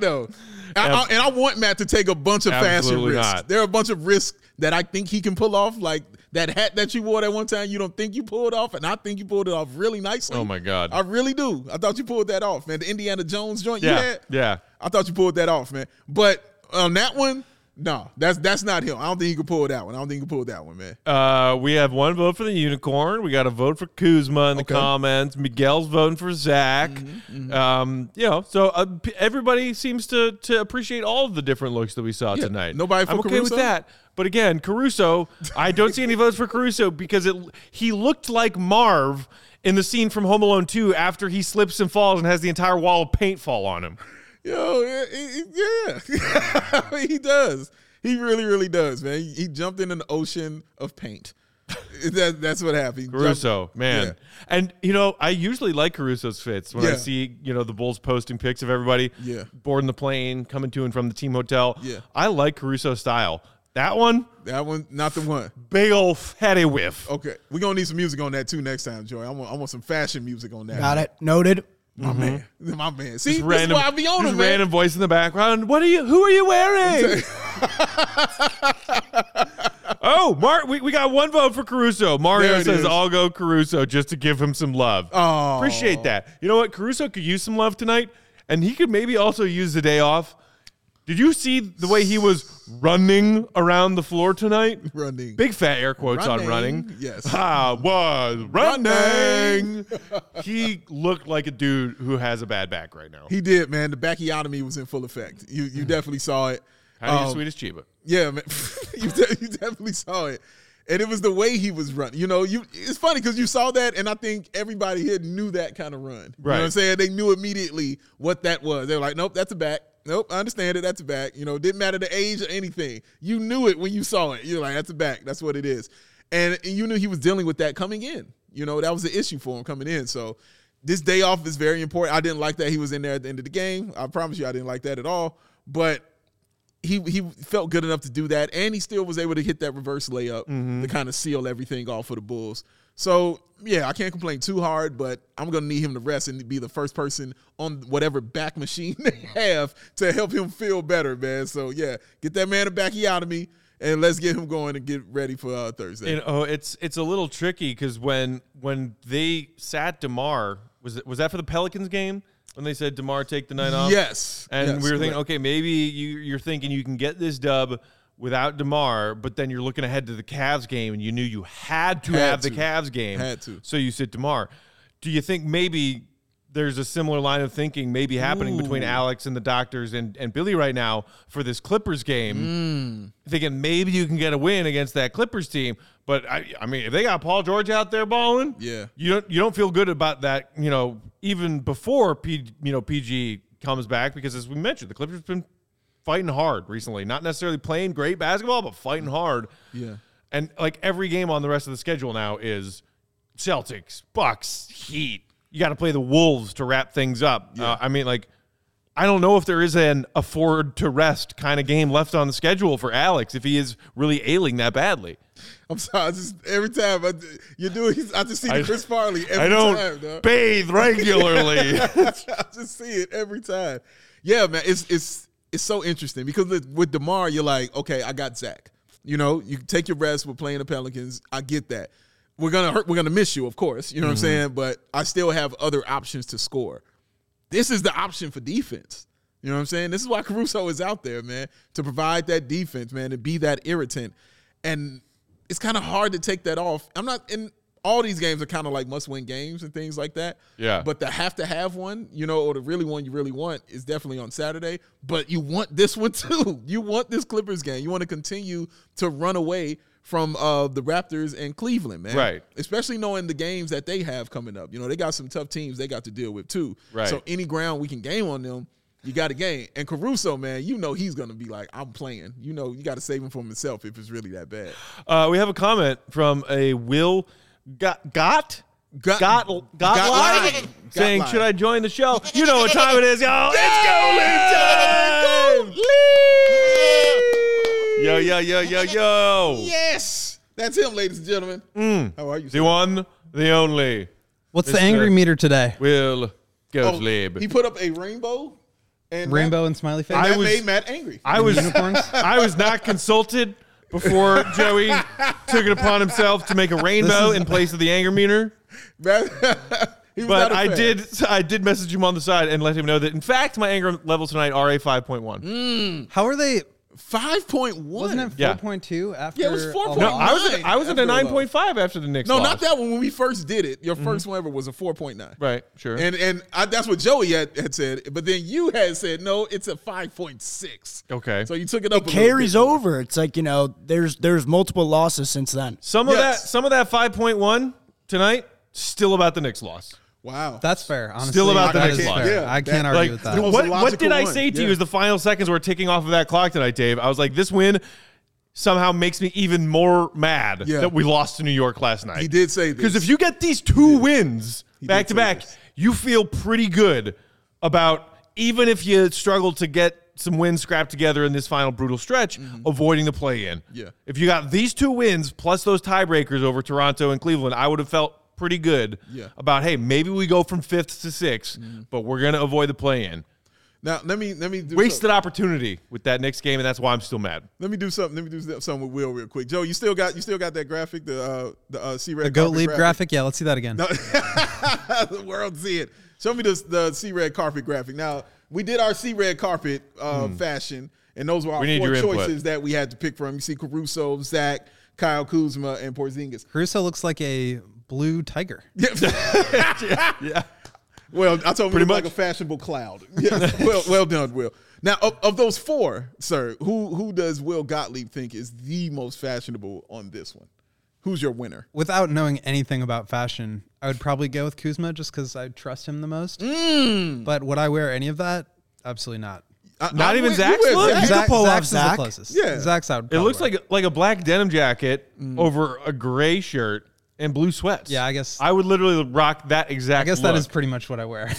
no. I, I- and I want Matt to take a bunch of fashion Absolutely risks. not. There are a bunch of risks that I think he can pull off, like that hat that you wore that one time. You don't think you pulled off, and I think you pulled it off really nicely. Oh my God. I really do. I thought you pulled that off, man. The Indiana Jones joint you Yeah, had, yeah. I thought you pulled that off, man. But on that one, no, that's that's not him. I don't think he could pull that one. I don't think he could pull that one, man. Uh, we have one vote for the unicorn. We got a vote for Kuzma in the Okay. Mm-hmm, comments. Miguel's voting for Zach. Um, you know, so uh, p- everybody seems to to appreciate all of the different looks that we saw tonight. nobody for I'm okay with Caruso? that. But again, Caruso, I don't see any votes for Caruso because it he looked like Marv in the scene from Home Alone 2 after he slips and falls and has the entire wall of paint fall on him. Yo, yeah, he- he- yeah. I mean, he does. He really, really does, man. He, he jumped in an ocean of paint. that, that's what happened. He jumped- Caruso, man. Yeah. And you know, I usually like Caruso's fits when I Yeah. see, you know, the Bulls posting pics of everybody Yeah. boarding the plane, coming to and from the team hotel. Yeah. I like Caruso style. That one, that one, not the one. big old fatty whiff. Okay, we're gonna need some music on that too next time, Joy. I want, I want some fashion music on that. got it noted. Mm-hmm. my man, my man. See, this is why I be on just him, man. random voice in the background. What are you who are you wearing? oh, Mark, we, we got one vote for Caruso. There Mario it says is. I'll go Caruso just to give him some love. Aw. Appreciate that. You know what? Caruso could use some love tonight, and he could maybe also use the day off. Did you see the way he was running around the floor tonight? Running. Big fat air quotes on Running, running. yes. I was running. Running. he looked like a dude who has a bad back right now. He did, man. The bacchiotomy was in full effect. You you definitely saw it. How do you Um, Swedish Chiba? Yeah, man. you, de- you definitely saw it. And it was the way he was running. You know, you it's funny because you saw that, and I think everybody here knew that kind of run. You know what Right. I'm saying? They knew immediately what that was. They were like, nope, that's a back. Nope, I understand it. That's a back. You know, it didn't matter the age or anything. You knew it when you saw it. You're like, that's a back. That's what it is. And, and you knew he was dealing with that coming in. You know, that was the issue for him coming in. So this day off is very important. I didn't like that he was in there at the end of the game. I promise you, I didn't like that at all. But he he felt good enough to do that, and he still was able to hit that reverse layup Mm-hmm. to kind of seal everything off for the Bulls. So yeah, I can't complain too hard, but I'm gonna need him to rest and be the first person on whatever back machine they have to help him feel better, man. So yeah, get that man a backy out of me, and let's get him going and get ready for uh, Thursday. And, oh, it's it's a little tricky because when when they sat Demar, was it was that for the Pelicans game when they said Demar take the night off? yes, And yes, we were thinking, correct. okay, maybe you, you're thinking you can get this dub without Demar, but then you're looking ahead to the Cavs game, and you knew you had to Had have the to. Cavs game. Had to. So you sit Demar. Do you think maybe there's a similar line of thinking maybe happening between Alex and the doctors and, and Billy right now for this Clippers game? Thinking maybe you can get a win against that Clippers team, but I, I mean, if they got Paul George out there balling, Yeah. you don't you don't feel good about that, you know, even before P, you know PG comes back because as we mentioned, the Clippers been fighting hard recently, not necessarily playing great basketball, but fighting hard. Yeah. and like every game on the rest of the schedule now is Celtics, Bucks, Heat. You got to play the Wolves to wrap things up. Uh, I mean, like. I don't know if there is an afford to rest kind of game left on the schedule for Alex if he is really ailing that badly. I'm sorry. I just every time I, you do it, I just see I- the Chris Farley. Every I don't time, dog. bathe regularly. I just see it every time. Yeah, man, it's it's it's so interesting because with- with Demar, you're like, okay, I got Zach. You know, you take your rest. We're playing the Pelicans. I get that. We're gonna hurt. We're gonna miss you, of course. You know what I'm saying. But I still have other options to score. This is the option for defense. You know what I'm saying? This is why Caruso is out there, man, to provide that defense, man, and be that irritant. And it's kind of hard to take that off. I'm not in all these games are kind of like must-win games and things like that. Yeah. But the have to have one, you know, or the really one you really want is definitely on Saturday. But you want this one too. You want this Clippers game. You want to continue to run away from uh, the Raptors and Cleveland, man. Right. Especially knowing the games that they have coming up. You know, they got some tough teams they got to deal with too. Right. So any ground we can game on them, you got to game. And Caruso, man, you know he's gonna be like, I'm playing. You know, you got to save him from himself if it's really that bad. Uh, we have a comment from a Will Got Got Got- Got Got- Gottlieb Gottlieb. saying, "Should I join the show? You know what time it is, y'all. It's go leave time. Yo yo yo yo yo. Yes, that's him, ladies and gentlemen. Mm. How are you? The one, the only What's the Mr. angry meter today? Will Oh, Gottlieb. he put up a rainbow, and Rainbow and smiley face. That, I that was- made Matt angry. I was unicorns? I was not consulted before Joey took it upon himself to make a rainbow in place of the anger meter. Matt- he was But not a I fan. did I did message him on the side and let him know that in fact my anger levels tonight are a five point one. How are they? five point one. Wasn't it Yeah. four point two after? Yeah, it was four all point No, that? I was at, Nine I was at a after a nine loss. point five after the Knicks. No, loss. not that one. When we first did it, your Mm-hmm. first one ever was a four point nine. Right, sure. And and I, that's what Joey had, had said. But then you had said no, it's a five point six. Okay. So you took it up. a little Carries bit. over. It's like you know, there's there's multiple losses since then. some of Yes. that some of that five point one tonight still about the Knicks loss. Wow. That's fair. Honestly, Still about the That next is line. fair. Yeah. I can't That- argue Like with th- that. was what a what did logical I one, say to yeah. you as the final seconds were ticking off of that clock tonight, Dave? I was like, this win somehow makes me even more mad Yeah. that we lost to New York last night. he did say this. Because if you get these two wins He back did to say back, this. you feel pretty good about even if you struggle to get some wins scrapped together in this final brutal stretch, avoiding the play in. Mm-hmm. Yeah. If you got these two wins plus those tiebreakers over Toronto and Cleveland, I would have felt pretty good Yeah. Mm-hmm. about hey, maybe we go from fifth to 6th but we're gonna avoid the play in. now let me let me do Wasted opportunity with that next game, and that's why I'm still mad. Let me do something. Let me do something with Will real quick. Joe, you still got you still got that graphic, the uh the uh C red The goat leap graphic. Yeah, let's see that again. the world see it. Show me the the C red carpet graphic. Now we did our C red carpet uh, fashion, and those were our Hmm. We need four your input. choices that we had to pick from. You see Caruso, Zach, Kyle Kuzma, and Porzingis. Caruso looks like a blue tiger. Well, I told him Pretty Pretty much. like much. a fashionable cloud. Yeah. well, well done, Will. Now, of, of those four, sir, who who does Will Gottlieb think is the most fashionable on this one? Who's your winner? Without knowing anything about fashion, I would probably go with Kuzma just because I trust him the most. Mm. But would I wear any of that? Absolutely not. I- Not I even went- Zach's you went look? Zach. could pull off Zach's is Zach. the closest. Yeah. Zach's out. It looks like like a black denim jacket over a gray shirt and blue sweats. Yeah, I guess- I would literally rock that exact. I guess look. that is pretty much what I wear.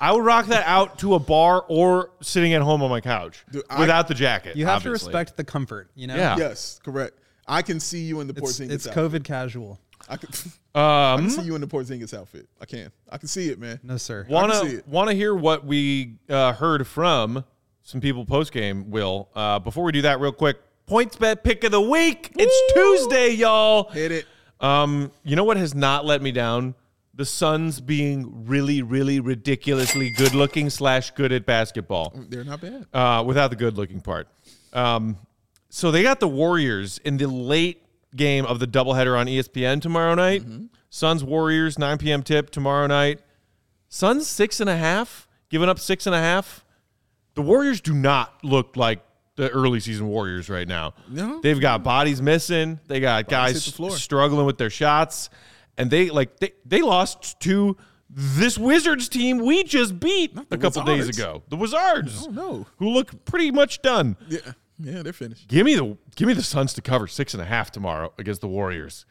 I would rock that out to a bar or sitting at home on my couch Dude, I- without the jacket. you have to obviously. respect the comfort. You know. Yeah. Yes, correct. I can see you in the Ah. It's, Porzingis. it's outfit. COVID casual. I can, I Um, can see you in the Porzingis outfit. I can. I can see it, man. No sir. can see wanna it. wanna hear what we uh, heard from some people post game. Will uh, before we do that, real quick, points bet pick of the week. It's Tuesday, y'all. Hit it. Um, you know what has not let me down? The Suns being really, really ridiculously good looking slash good at basketball They're not bad. uh, without the good looking part. Um, so they got the Warriors in the late game of the doubleheader on E ESPN tomorrow night. Mm-hmm. Suns Warriors 9 p.m. tip tomorrow night. Suns six and a half, giving up six and a half. The Warriors do not look like the early season Warriors right now. No. they've got bodies missing. They got hit the guys floor. struggling with their shots, and they like they, they lost to this Wizards team we just beat a the couple days Wizards. ago. The Wizards, no. who look pretty much done. Yeah, yeah, they're finished. Give me the give me the Suns to cover six and a half tomorrow against the Warriors.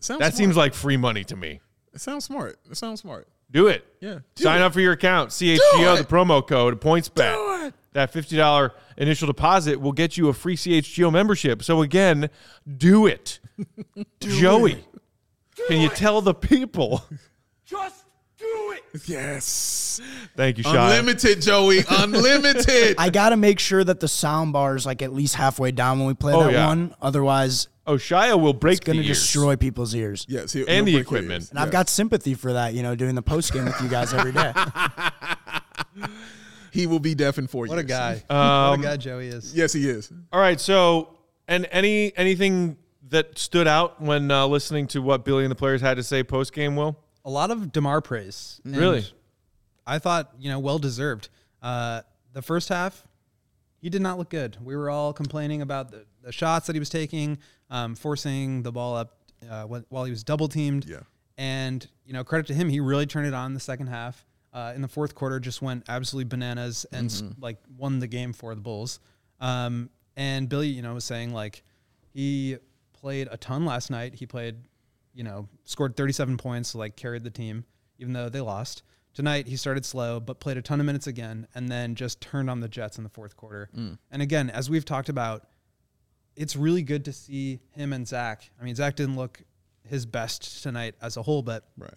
Sounds That smart. seems like free money to me. it sounds smart. It sounds smart. Do it. Yeah. Do Sign it. up for your account. CHGO, the it. promo code, points bet. it. That $50 initial deposit will get you a free CHGO membership. So again, do it. Joey, can you tell the people? Yes. Thank you, Sean. Unlimited, Joey. Unlimited. I gotta make sure that the sound bar is like at least halfway down when we play Oh, that yeah. one. Otherwise, Oh, Shia will break it's gonna the ears. destroy people's ears. yes. He, And the he'll break your equipment. ears. And I've Yeah. got sympathy for that, you know, doing the post game with you guys every day. He will be deaf in four years. What a guy. Um, what a guy Joey is. Yes, he is. All right. So, and any anything that stood out when uh, listening to what Billy and the players had to say post game, Will? A lot of Demar praise. and Really? I thought you know well deserved. Uh, the first half, he did not look good. We were all complaining about the, the shots that he was taking, um, forcing the ball up uh, wh- while he was double teamed. Yeah. And you know credit to him, he really turned it on in the second half. Uh, in the fourth quarter, just went absolutely bananas and s like won the game for the Bulls. Um, and Billy, you know, was saying like he played a ton last night. He played you know, scored 37 points, like carried the team, even though they lost. Tonight, he started slow, but played a ton of minutes again, and then just turned on the Jets in the fourth quarter. And again, as we've talked about, it's really good to see him and Zach. I mean, Zach didn't look his best tonight as a whole, but Right.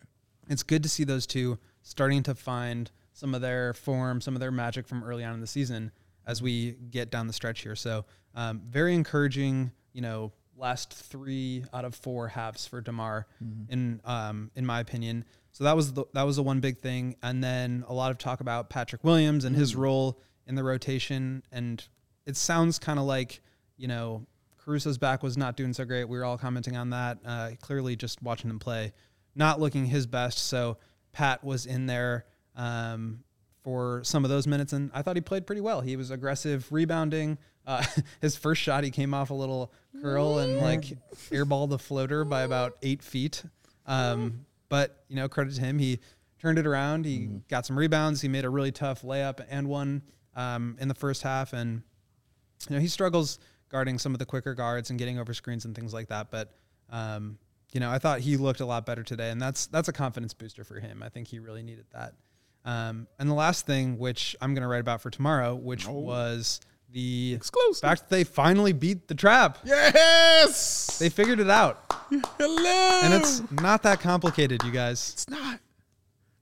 it's good to see those two starting to find some of their form, some of their magic from early on in the season as we get down the stretch here. So, um, very encouraging, you know, last three out of four halves for Demar, in um, in my opinion. So that was the, that was the one big thing, and then a lot of talk about Patrick Williams and his role in the rotation. And it sounds kind of like you know Caruso's back was not doing so great. We were all commenting on that. Uh, clearly, just watching him play, not looking his best. So Pat was in there um, for some of those minutes, and I thought he played pretty well. He was aggressive, rebounding. Uh, his first shot, he came off a little curl and like airballed the floater by about eight feet. Um, but you know, credit to him, he turned it around. He got some rebounds. He made a really tough layup and one um, in the first half, and you know, he struggles guarding some of the quicker guards and getting over screens and things like that. But um, you know, I thought he looked a lot better today, and that's that's a confidence booster for him. I think he really needed that. Um, and the last thing, which I'm going to write about for tomorrow, which was the Exclusive. fact that they finally beat the trap. Yes. They figured it out, Hello. and it's not that complicated, you guys. It's not.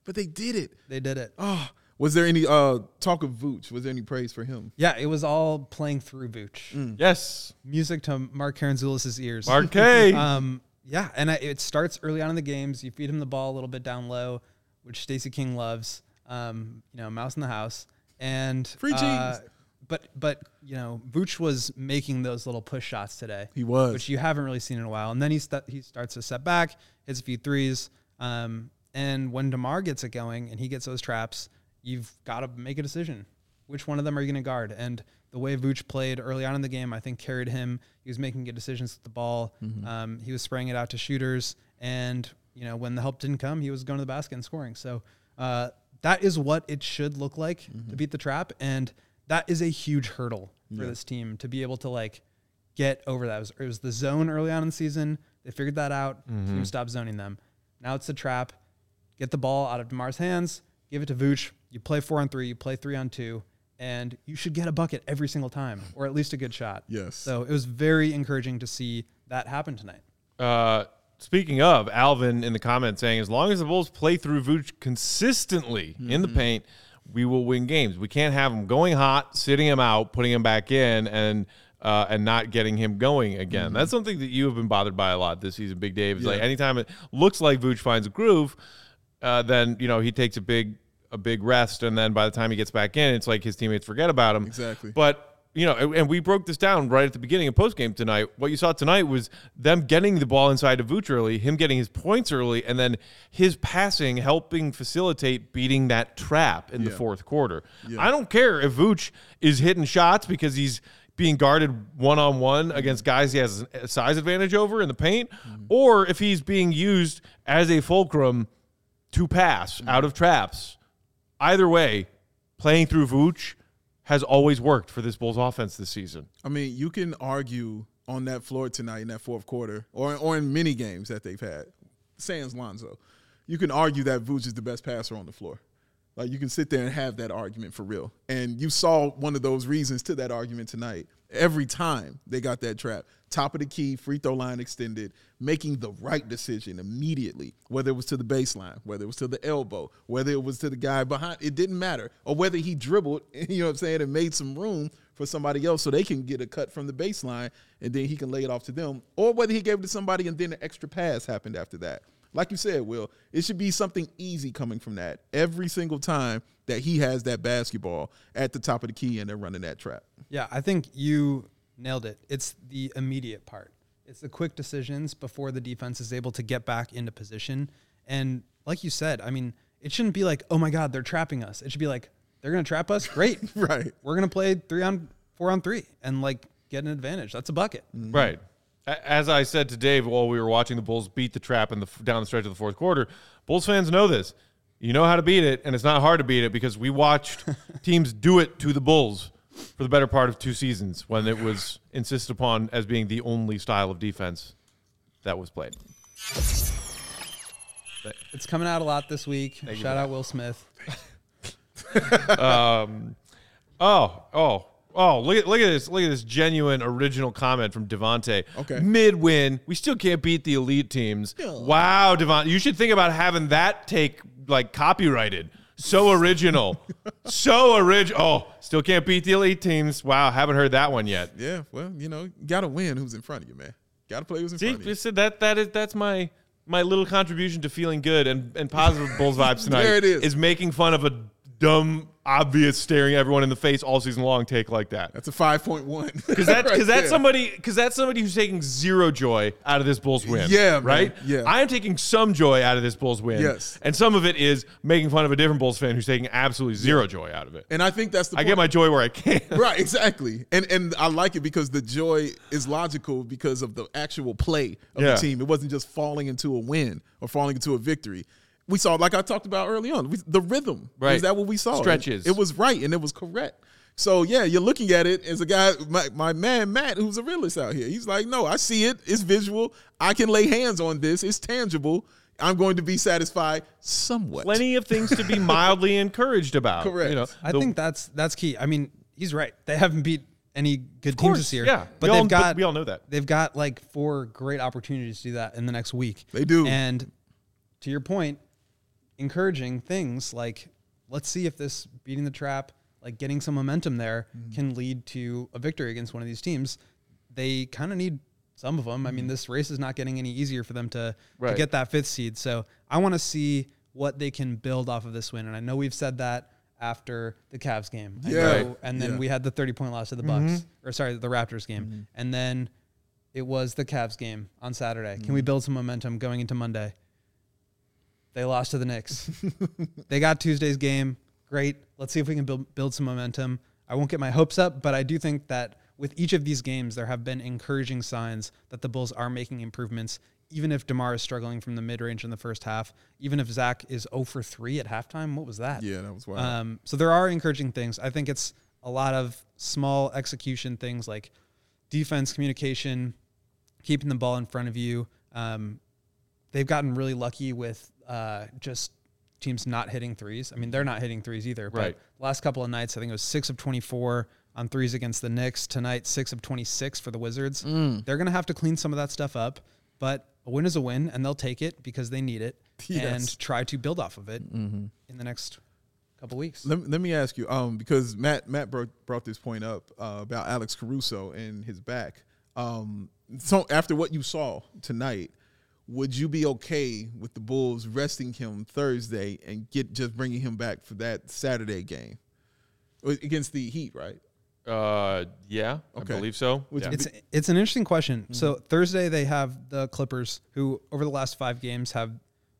But they did it. They did it. Oh, was there any uh talk of Vooch? Was there any praise for him? Yeah, it was all playing through Vooch. Mm. Mm. Yes. Music to Mark Karanzulis' ears. Mark Um, yeah, and I, it starts early on in the games. You feed him the ball a little bit down low, which Stacey King loves. Um, you know, mouse in the house and Free uh, cheese. But but you know, Vooch was making those little push shots today. He was. which you haven't really seen in a while. And then he st- he starts to set back, hits a few threes. Um, and when Demar gets it going and he gets those traps, you've got to make a decision. Which one of them are you going to guard? And the way Vooch played early on in the game, I think carried him. He was making good decisions with the ball. Um, he was spraying it out to shooters, and you know when the help didn't come, he was going to the basket and scoring. So uh, that is what it should look like to beat the trap, and that is a huge hurdle for this team to be able to like get over that. It was, it was the zone early on in the season. They figured that out. Team stopped zoning them. Now it's the trap. Get the ball out of Demar's hands. Give it to Vooch. You play four on three. You play three on two, and you should get a bucket every single time, or at least a good shot. Yes. So it was very encouraging to see that happen tonight. Uh, speaking of Alvin in the comments saying, as long as the Bulls play through Vooch consistently in the paint, we will win games. We can't have him going hot, sitting him out, putting him back in, and uh, and not getting him going again. That's something that you have been bothered by a lot this season, Big Dave. Is like anytime it looks like Vooch finds a groove, uh, then you know he takes a big a big rest, and then by the time he gets back in, it's like his teammates forget about him. Exactly. But you know, and- and we broke this down right at the beginning of postgame tonight. What you saw tonight was them getting the ball inside of Vooch early, him getting his points early, and then his passing helping facilitate beating that trap in the Yeah. fourth quarter. I don't care if Vooch is hitting shots because he's being guarded one on one against Mm-hmm. guys he has a size advantage over in the paint, or if he's being used as a fulcrum to pass Mm-hmm. out of traps. Either way, playing through Vooch has always worked for this Bulls offense this season. I mean, you can argue on that floor tonight in that fourth quarter, or or in many games that they've had, sans Lonzo, you can argue that Vooch is the best passer on the floor. Like you can sit there and have that argument for real. And you saw one of those reasons to that argument tonight. Every time they got that trap, top of the key, free throw line extended, making the right decision immediately, whether it was to the baseline, whether it was to the elbow, whether it was to the guy behind, it didn't matter. Or whether he dribbled, you know what I'm saying, and made some room for somebody else so they can get a cut from the baseline and then he can lay it off to them, or whether he gave it to somebody and then an extra pass happened after that. Like you said, Will, it should be something easy coming from that every single time that he has that basketball at the top of the key and they're running that trap. Yeah, I think you nailed it. It's the immediate part. It's the quick decisions before the defense is able to get back into position. And like you said, I mean, it shouldn't be like, oh my God, they're trapping us. It should be like, they're gonna trap us. Great. Right. We're gonna play three on four on three and like get an advantage. That's a bucket. Right. A- As I said to Dave while we were watching the Bulls beat the trap in the f- down the stretch of the fourth quarter, Bulls fans know this. You know how to beat it, and it's not hard to beat it because we watched teams do it to the Bulls for the better part of two seasons when it was insisted upon as being the only style of defense that was played. It's coming out a lot this week. Shout out Will Smith. Oh, oh, oh! Look at look at this! Look at this genuine original comment from Devonte. Okay. mid win, we still can't beat the elite teams. Wow, Devonte, you should think about having that take like copyrighted. So original, so original. Oh, still can't beat the elite teams. Wow, haven't heard that one yet. Yeah, well, you know, gotta win who's in front of you, man. Gotta play who's in See, front of you. so that that is that's my my little contribution to feeling good and, and positive Bulls vibes tonight. There it is. Is making fun of a dumb, obvious, staring everyone in the face all season long take like that. That's a five point one. Because that, because that's somebody because that's somebody who's taking zero joy out of this Bulls win. Yeah, man. right. Yeah. I am taking some joy out of this Bulls win. Yes. and some of it is making fun of a different Bulls fan who's taking absolutely zero joy out of it. and I think that's the I point. get my joy where I can. right exactly and and i like it because the joy is logical because of the actual play of Yeah. the team it wasn't just falling into a win or falling into a victory we saw like i talked about early on we, the rhythm Right. is that what we saw Stretches. it, was right and it was correct so yeah you're looking at it as a guy my, my man matt who's a realist out here he's like no i see it it's visual i can lay hands on this it's tangible i'm going to be satisfied somewhat Plenty of things to be mildly encouraged about. Correct. You know, I the- think that's that's key. I mean, he's right. They haven't beat any good course, teams this year. yeah. but We all- they've got but we all know that. they've got like four great opportunities to do that in the next week. They do. And to your point, encouraging things like let's see if this beating the trap, like getting some momentum there, Mm-hmm. can lead to a victory against one of these teams. They kind of need some of them. I Mm-hmm. mean, this race is not getting any easier for them to, Right. to get that fifth seed. So I want to see what they can build off of this win. And I know we've said that after the Cavs game. I Yeah. know. Right. And then Yeah. Mm-hmm. we had the 30 point loss to the Bucks, or sorry, the Raptors game. And then Mm-hmm. it was the Cavs game on Saturday. Can we build some momentum going into Monday? They lost to the Knicks. they got Tuesday's game. Great. Let's see if we can build, build some momentum. I won't get my hopes up, but I do think that with each of these games, there have been encouraging signs that the Bulls are making improvements, even if DeMar is struggling from the mid range in the first half, even if Zach is 0 for 3 at halftime. What was that? Yeah, that was wild. Um, so there are encouraging things. I think it's a lot of small execution things like defense, communication, keeping the ball in front of you. Um, they've gotten really lucky with uh, just teams not hitting threes. I mean, they're not hitting threes either. Right. But last couple of nights, I think it was six of 24 on threes against the Knicks. Tonight, six of 26 for the Wizards. They're going to have to clean some of that stuff up, but a win is a win, and they'll take it because they need it Yes. and try to build off of it in the next couple weeks. Let, let me ask you, um, because Matt Matt brought, brought this point up uh, about Alex Caruso and his back. Um, so after what you saw tonight, would you be okay with the Bulls resting him Thursday and get just bringing him back for that Saturday game It was against the Heat? Right? Uh, yeah, Okay. I believe so. Which- yeah. It's it's an interesting question. So Mm-hmm. Thursday they have the Clippers, who over the last five games have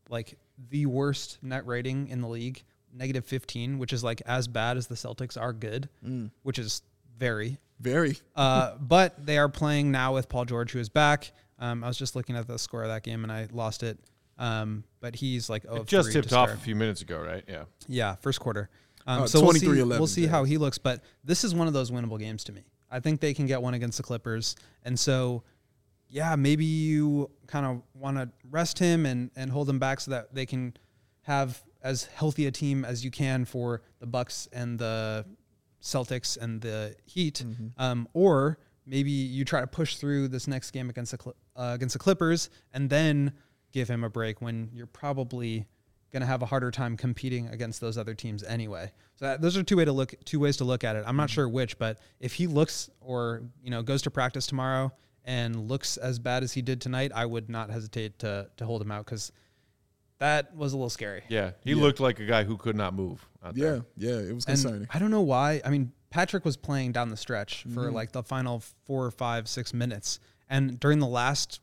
like the worst net rating in the league, negative fifteen, which is like as bad as the Celtics are good, Mm. which is very. Very. Uh, but they are playing now with Paul George, who is back. Um, I was just looking at the score of that game and I lost it. Um, but he's like oh, It just tipped off a few minutes ago, right? Yeah. Yeah, first quarter. Um, Uh, so we'll see, 23-11, we'll see yeah. how he looks, but this is one of those winnable games to me. I think they can get one against the Clippers, and so yeah, maybe you kind of want to rest him and and hold him back so that they can have as healthy a team as you can for the Bucks and the Celtics and the Heat, um, or maybe you try to push through this next game against the Cl- uh, against the Clippers and then give him a break when you're probably going to have a harder time competing against those other teams anyway. So that, those are two way to look two ways to look at it. I'm not sure which, but if he looks or you know goes to practice tomorrow and looks as bad as he did tonight, I would not hesitate to to hold him out because that was a little scary. Yeah. He looked like a guy who could not move. Out there. Yeah, yeah. It was And concerning. I don't know why. I mean, Patrick was playing down the stretch Mm-hmm. for like the final four or five, six minutes, and during the last,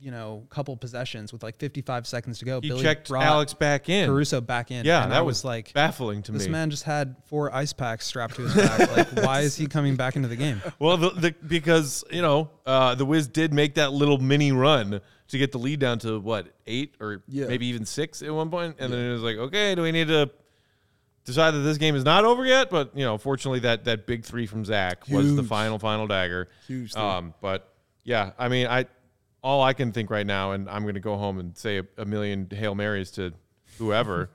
you know, couple possessions with like 55 seconds to go, He Billy checked brought Alex back in. Caruso back in. Yeah, and that I was, like baffling to This me. man just had four ice packs strapped to his back. like, why is he coming back into the game? Well, the, the, because you know uh, the Wiz did make that little mini run to get the lead down to what eight or Yeah. maybe even six at one point, and then it was like, okay, do we need to decide that this game is not over yet? But you know, fortunately, that that big three from Zach was the Huge. final final dagger. Huge three. Um, but yeah, I mean, I all I can think right now, and I'm going to go home and say a, a million hail marys to whoever.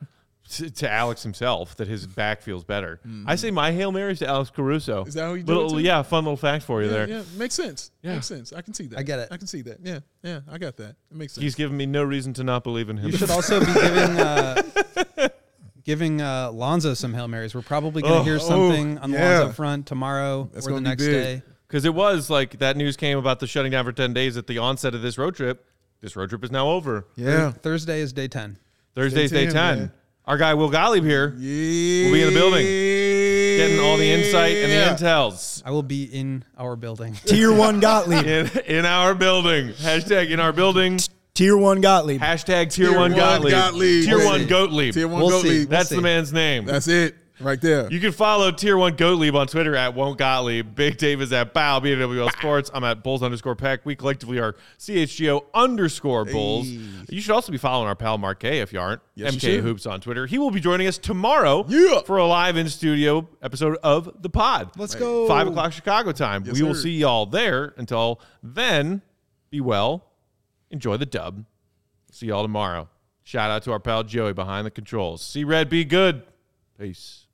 To, to Alex himself, that his back feels better. I say my hail marys to Alex Caruso. Hmm. Is that how you do it little, too? Yeah, fun little fact for you yeah, there. yeah, makes sense. Yeah. Makes sense. I can see that. I get it. I can see that. Yeah, yeah. I got that. It makes sense. He's given me no reason to not believe in him. You should also be giving uh, giving uh, Lonzo some hail marys. We're probably going to Oh, hear something on the yeah. Lonzo front tomorrow That's or the gonna be next big. day. Because it was like that news came about the shutting down for 10 days at the onset of this road trip. This road trip is now over. yeah. Thursday is day 10. Thursday's Stay day 10. tuned, man. Our guy Will Golly here Yeah. We'll be in the building. getting all the insight and the intels I will be in our building. Tier one Gottlieb. in, in our building. Hashtag in our building. Tier one Gottlieb. Hashtag tier, Tier one one Gottlieb. Gottlieb. Tier We'll one see. Gottlieb. Tier one We'll goat see. league. We'll That's the see. man's name. That's it right there. You can follow Tier 1 Gottlieb on Twitter at Won't Gottlieb. Big Dave is at Bow, BWL Sports. I'm at Bulls underscore Pack. We collectively are CHGO underscore Bulls. You should also be following our pal Marque if you aren't. Yes, you MK should. Hoops on Twitter. He will be joining us tomorrow Yeah. for a live in studio episode of The Pod. Let's go. 5 o'clock Chicago time. we will sir. see y'all there. Until then, be well. Enjoy the dub. See y'all tomorrow. Shout out to our pal Joey behind the controls. See Red, be good. Peace.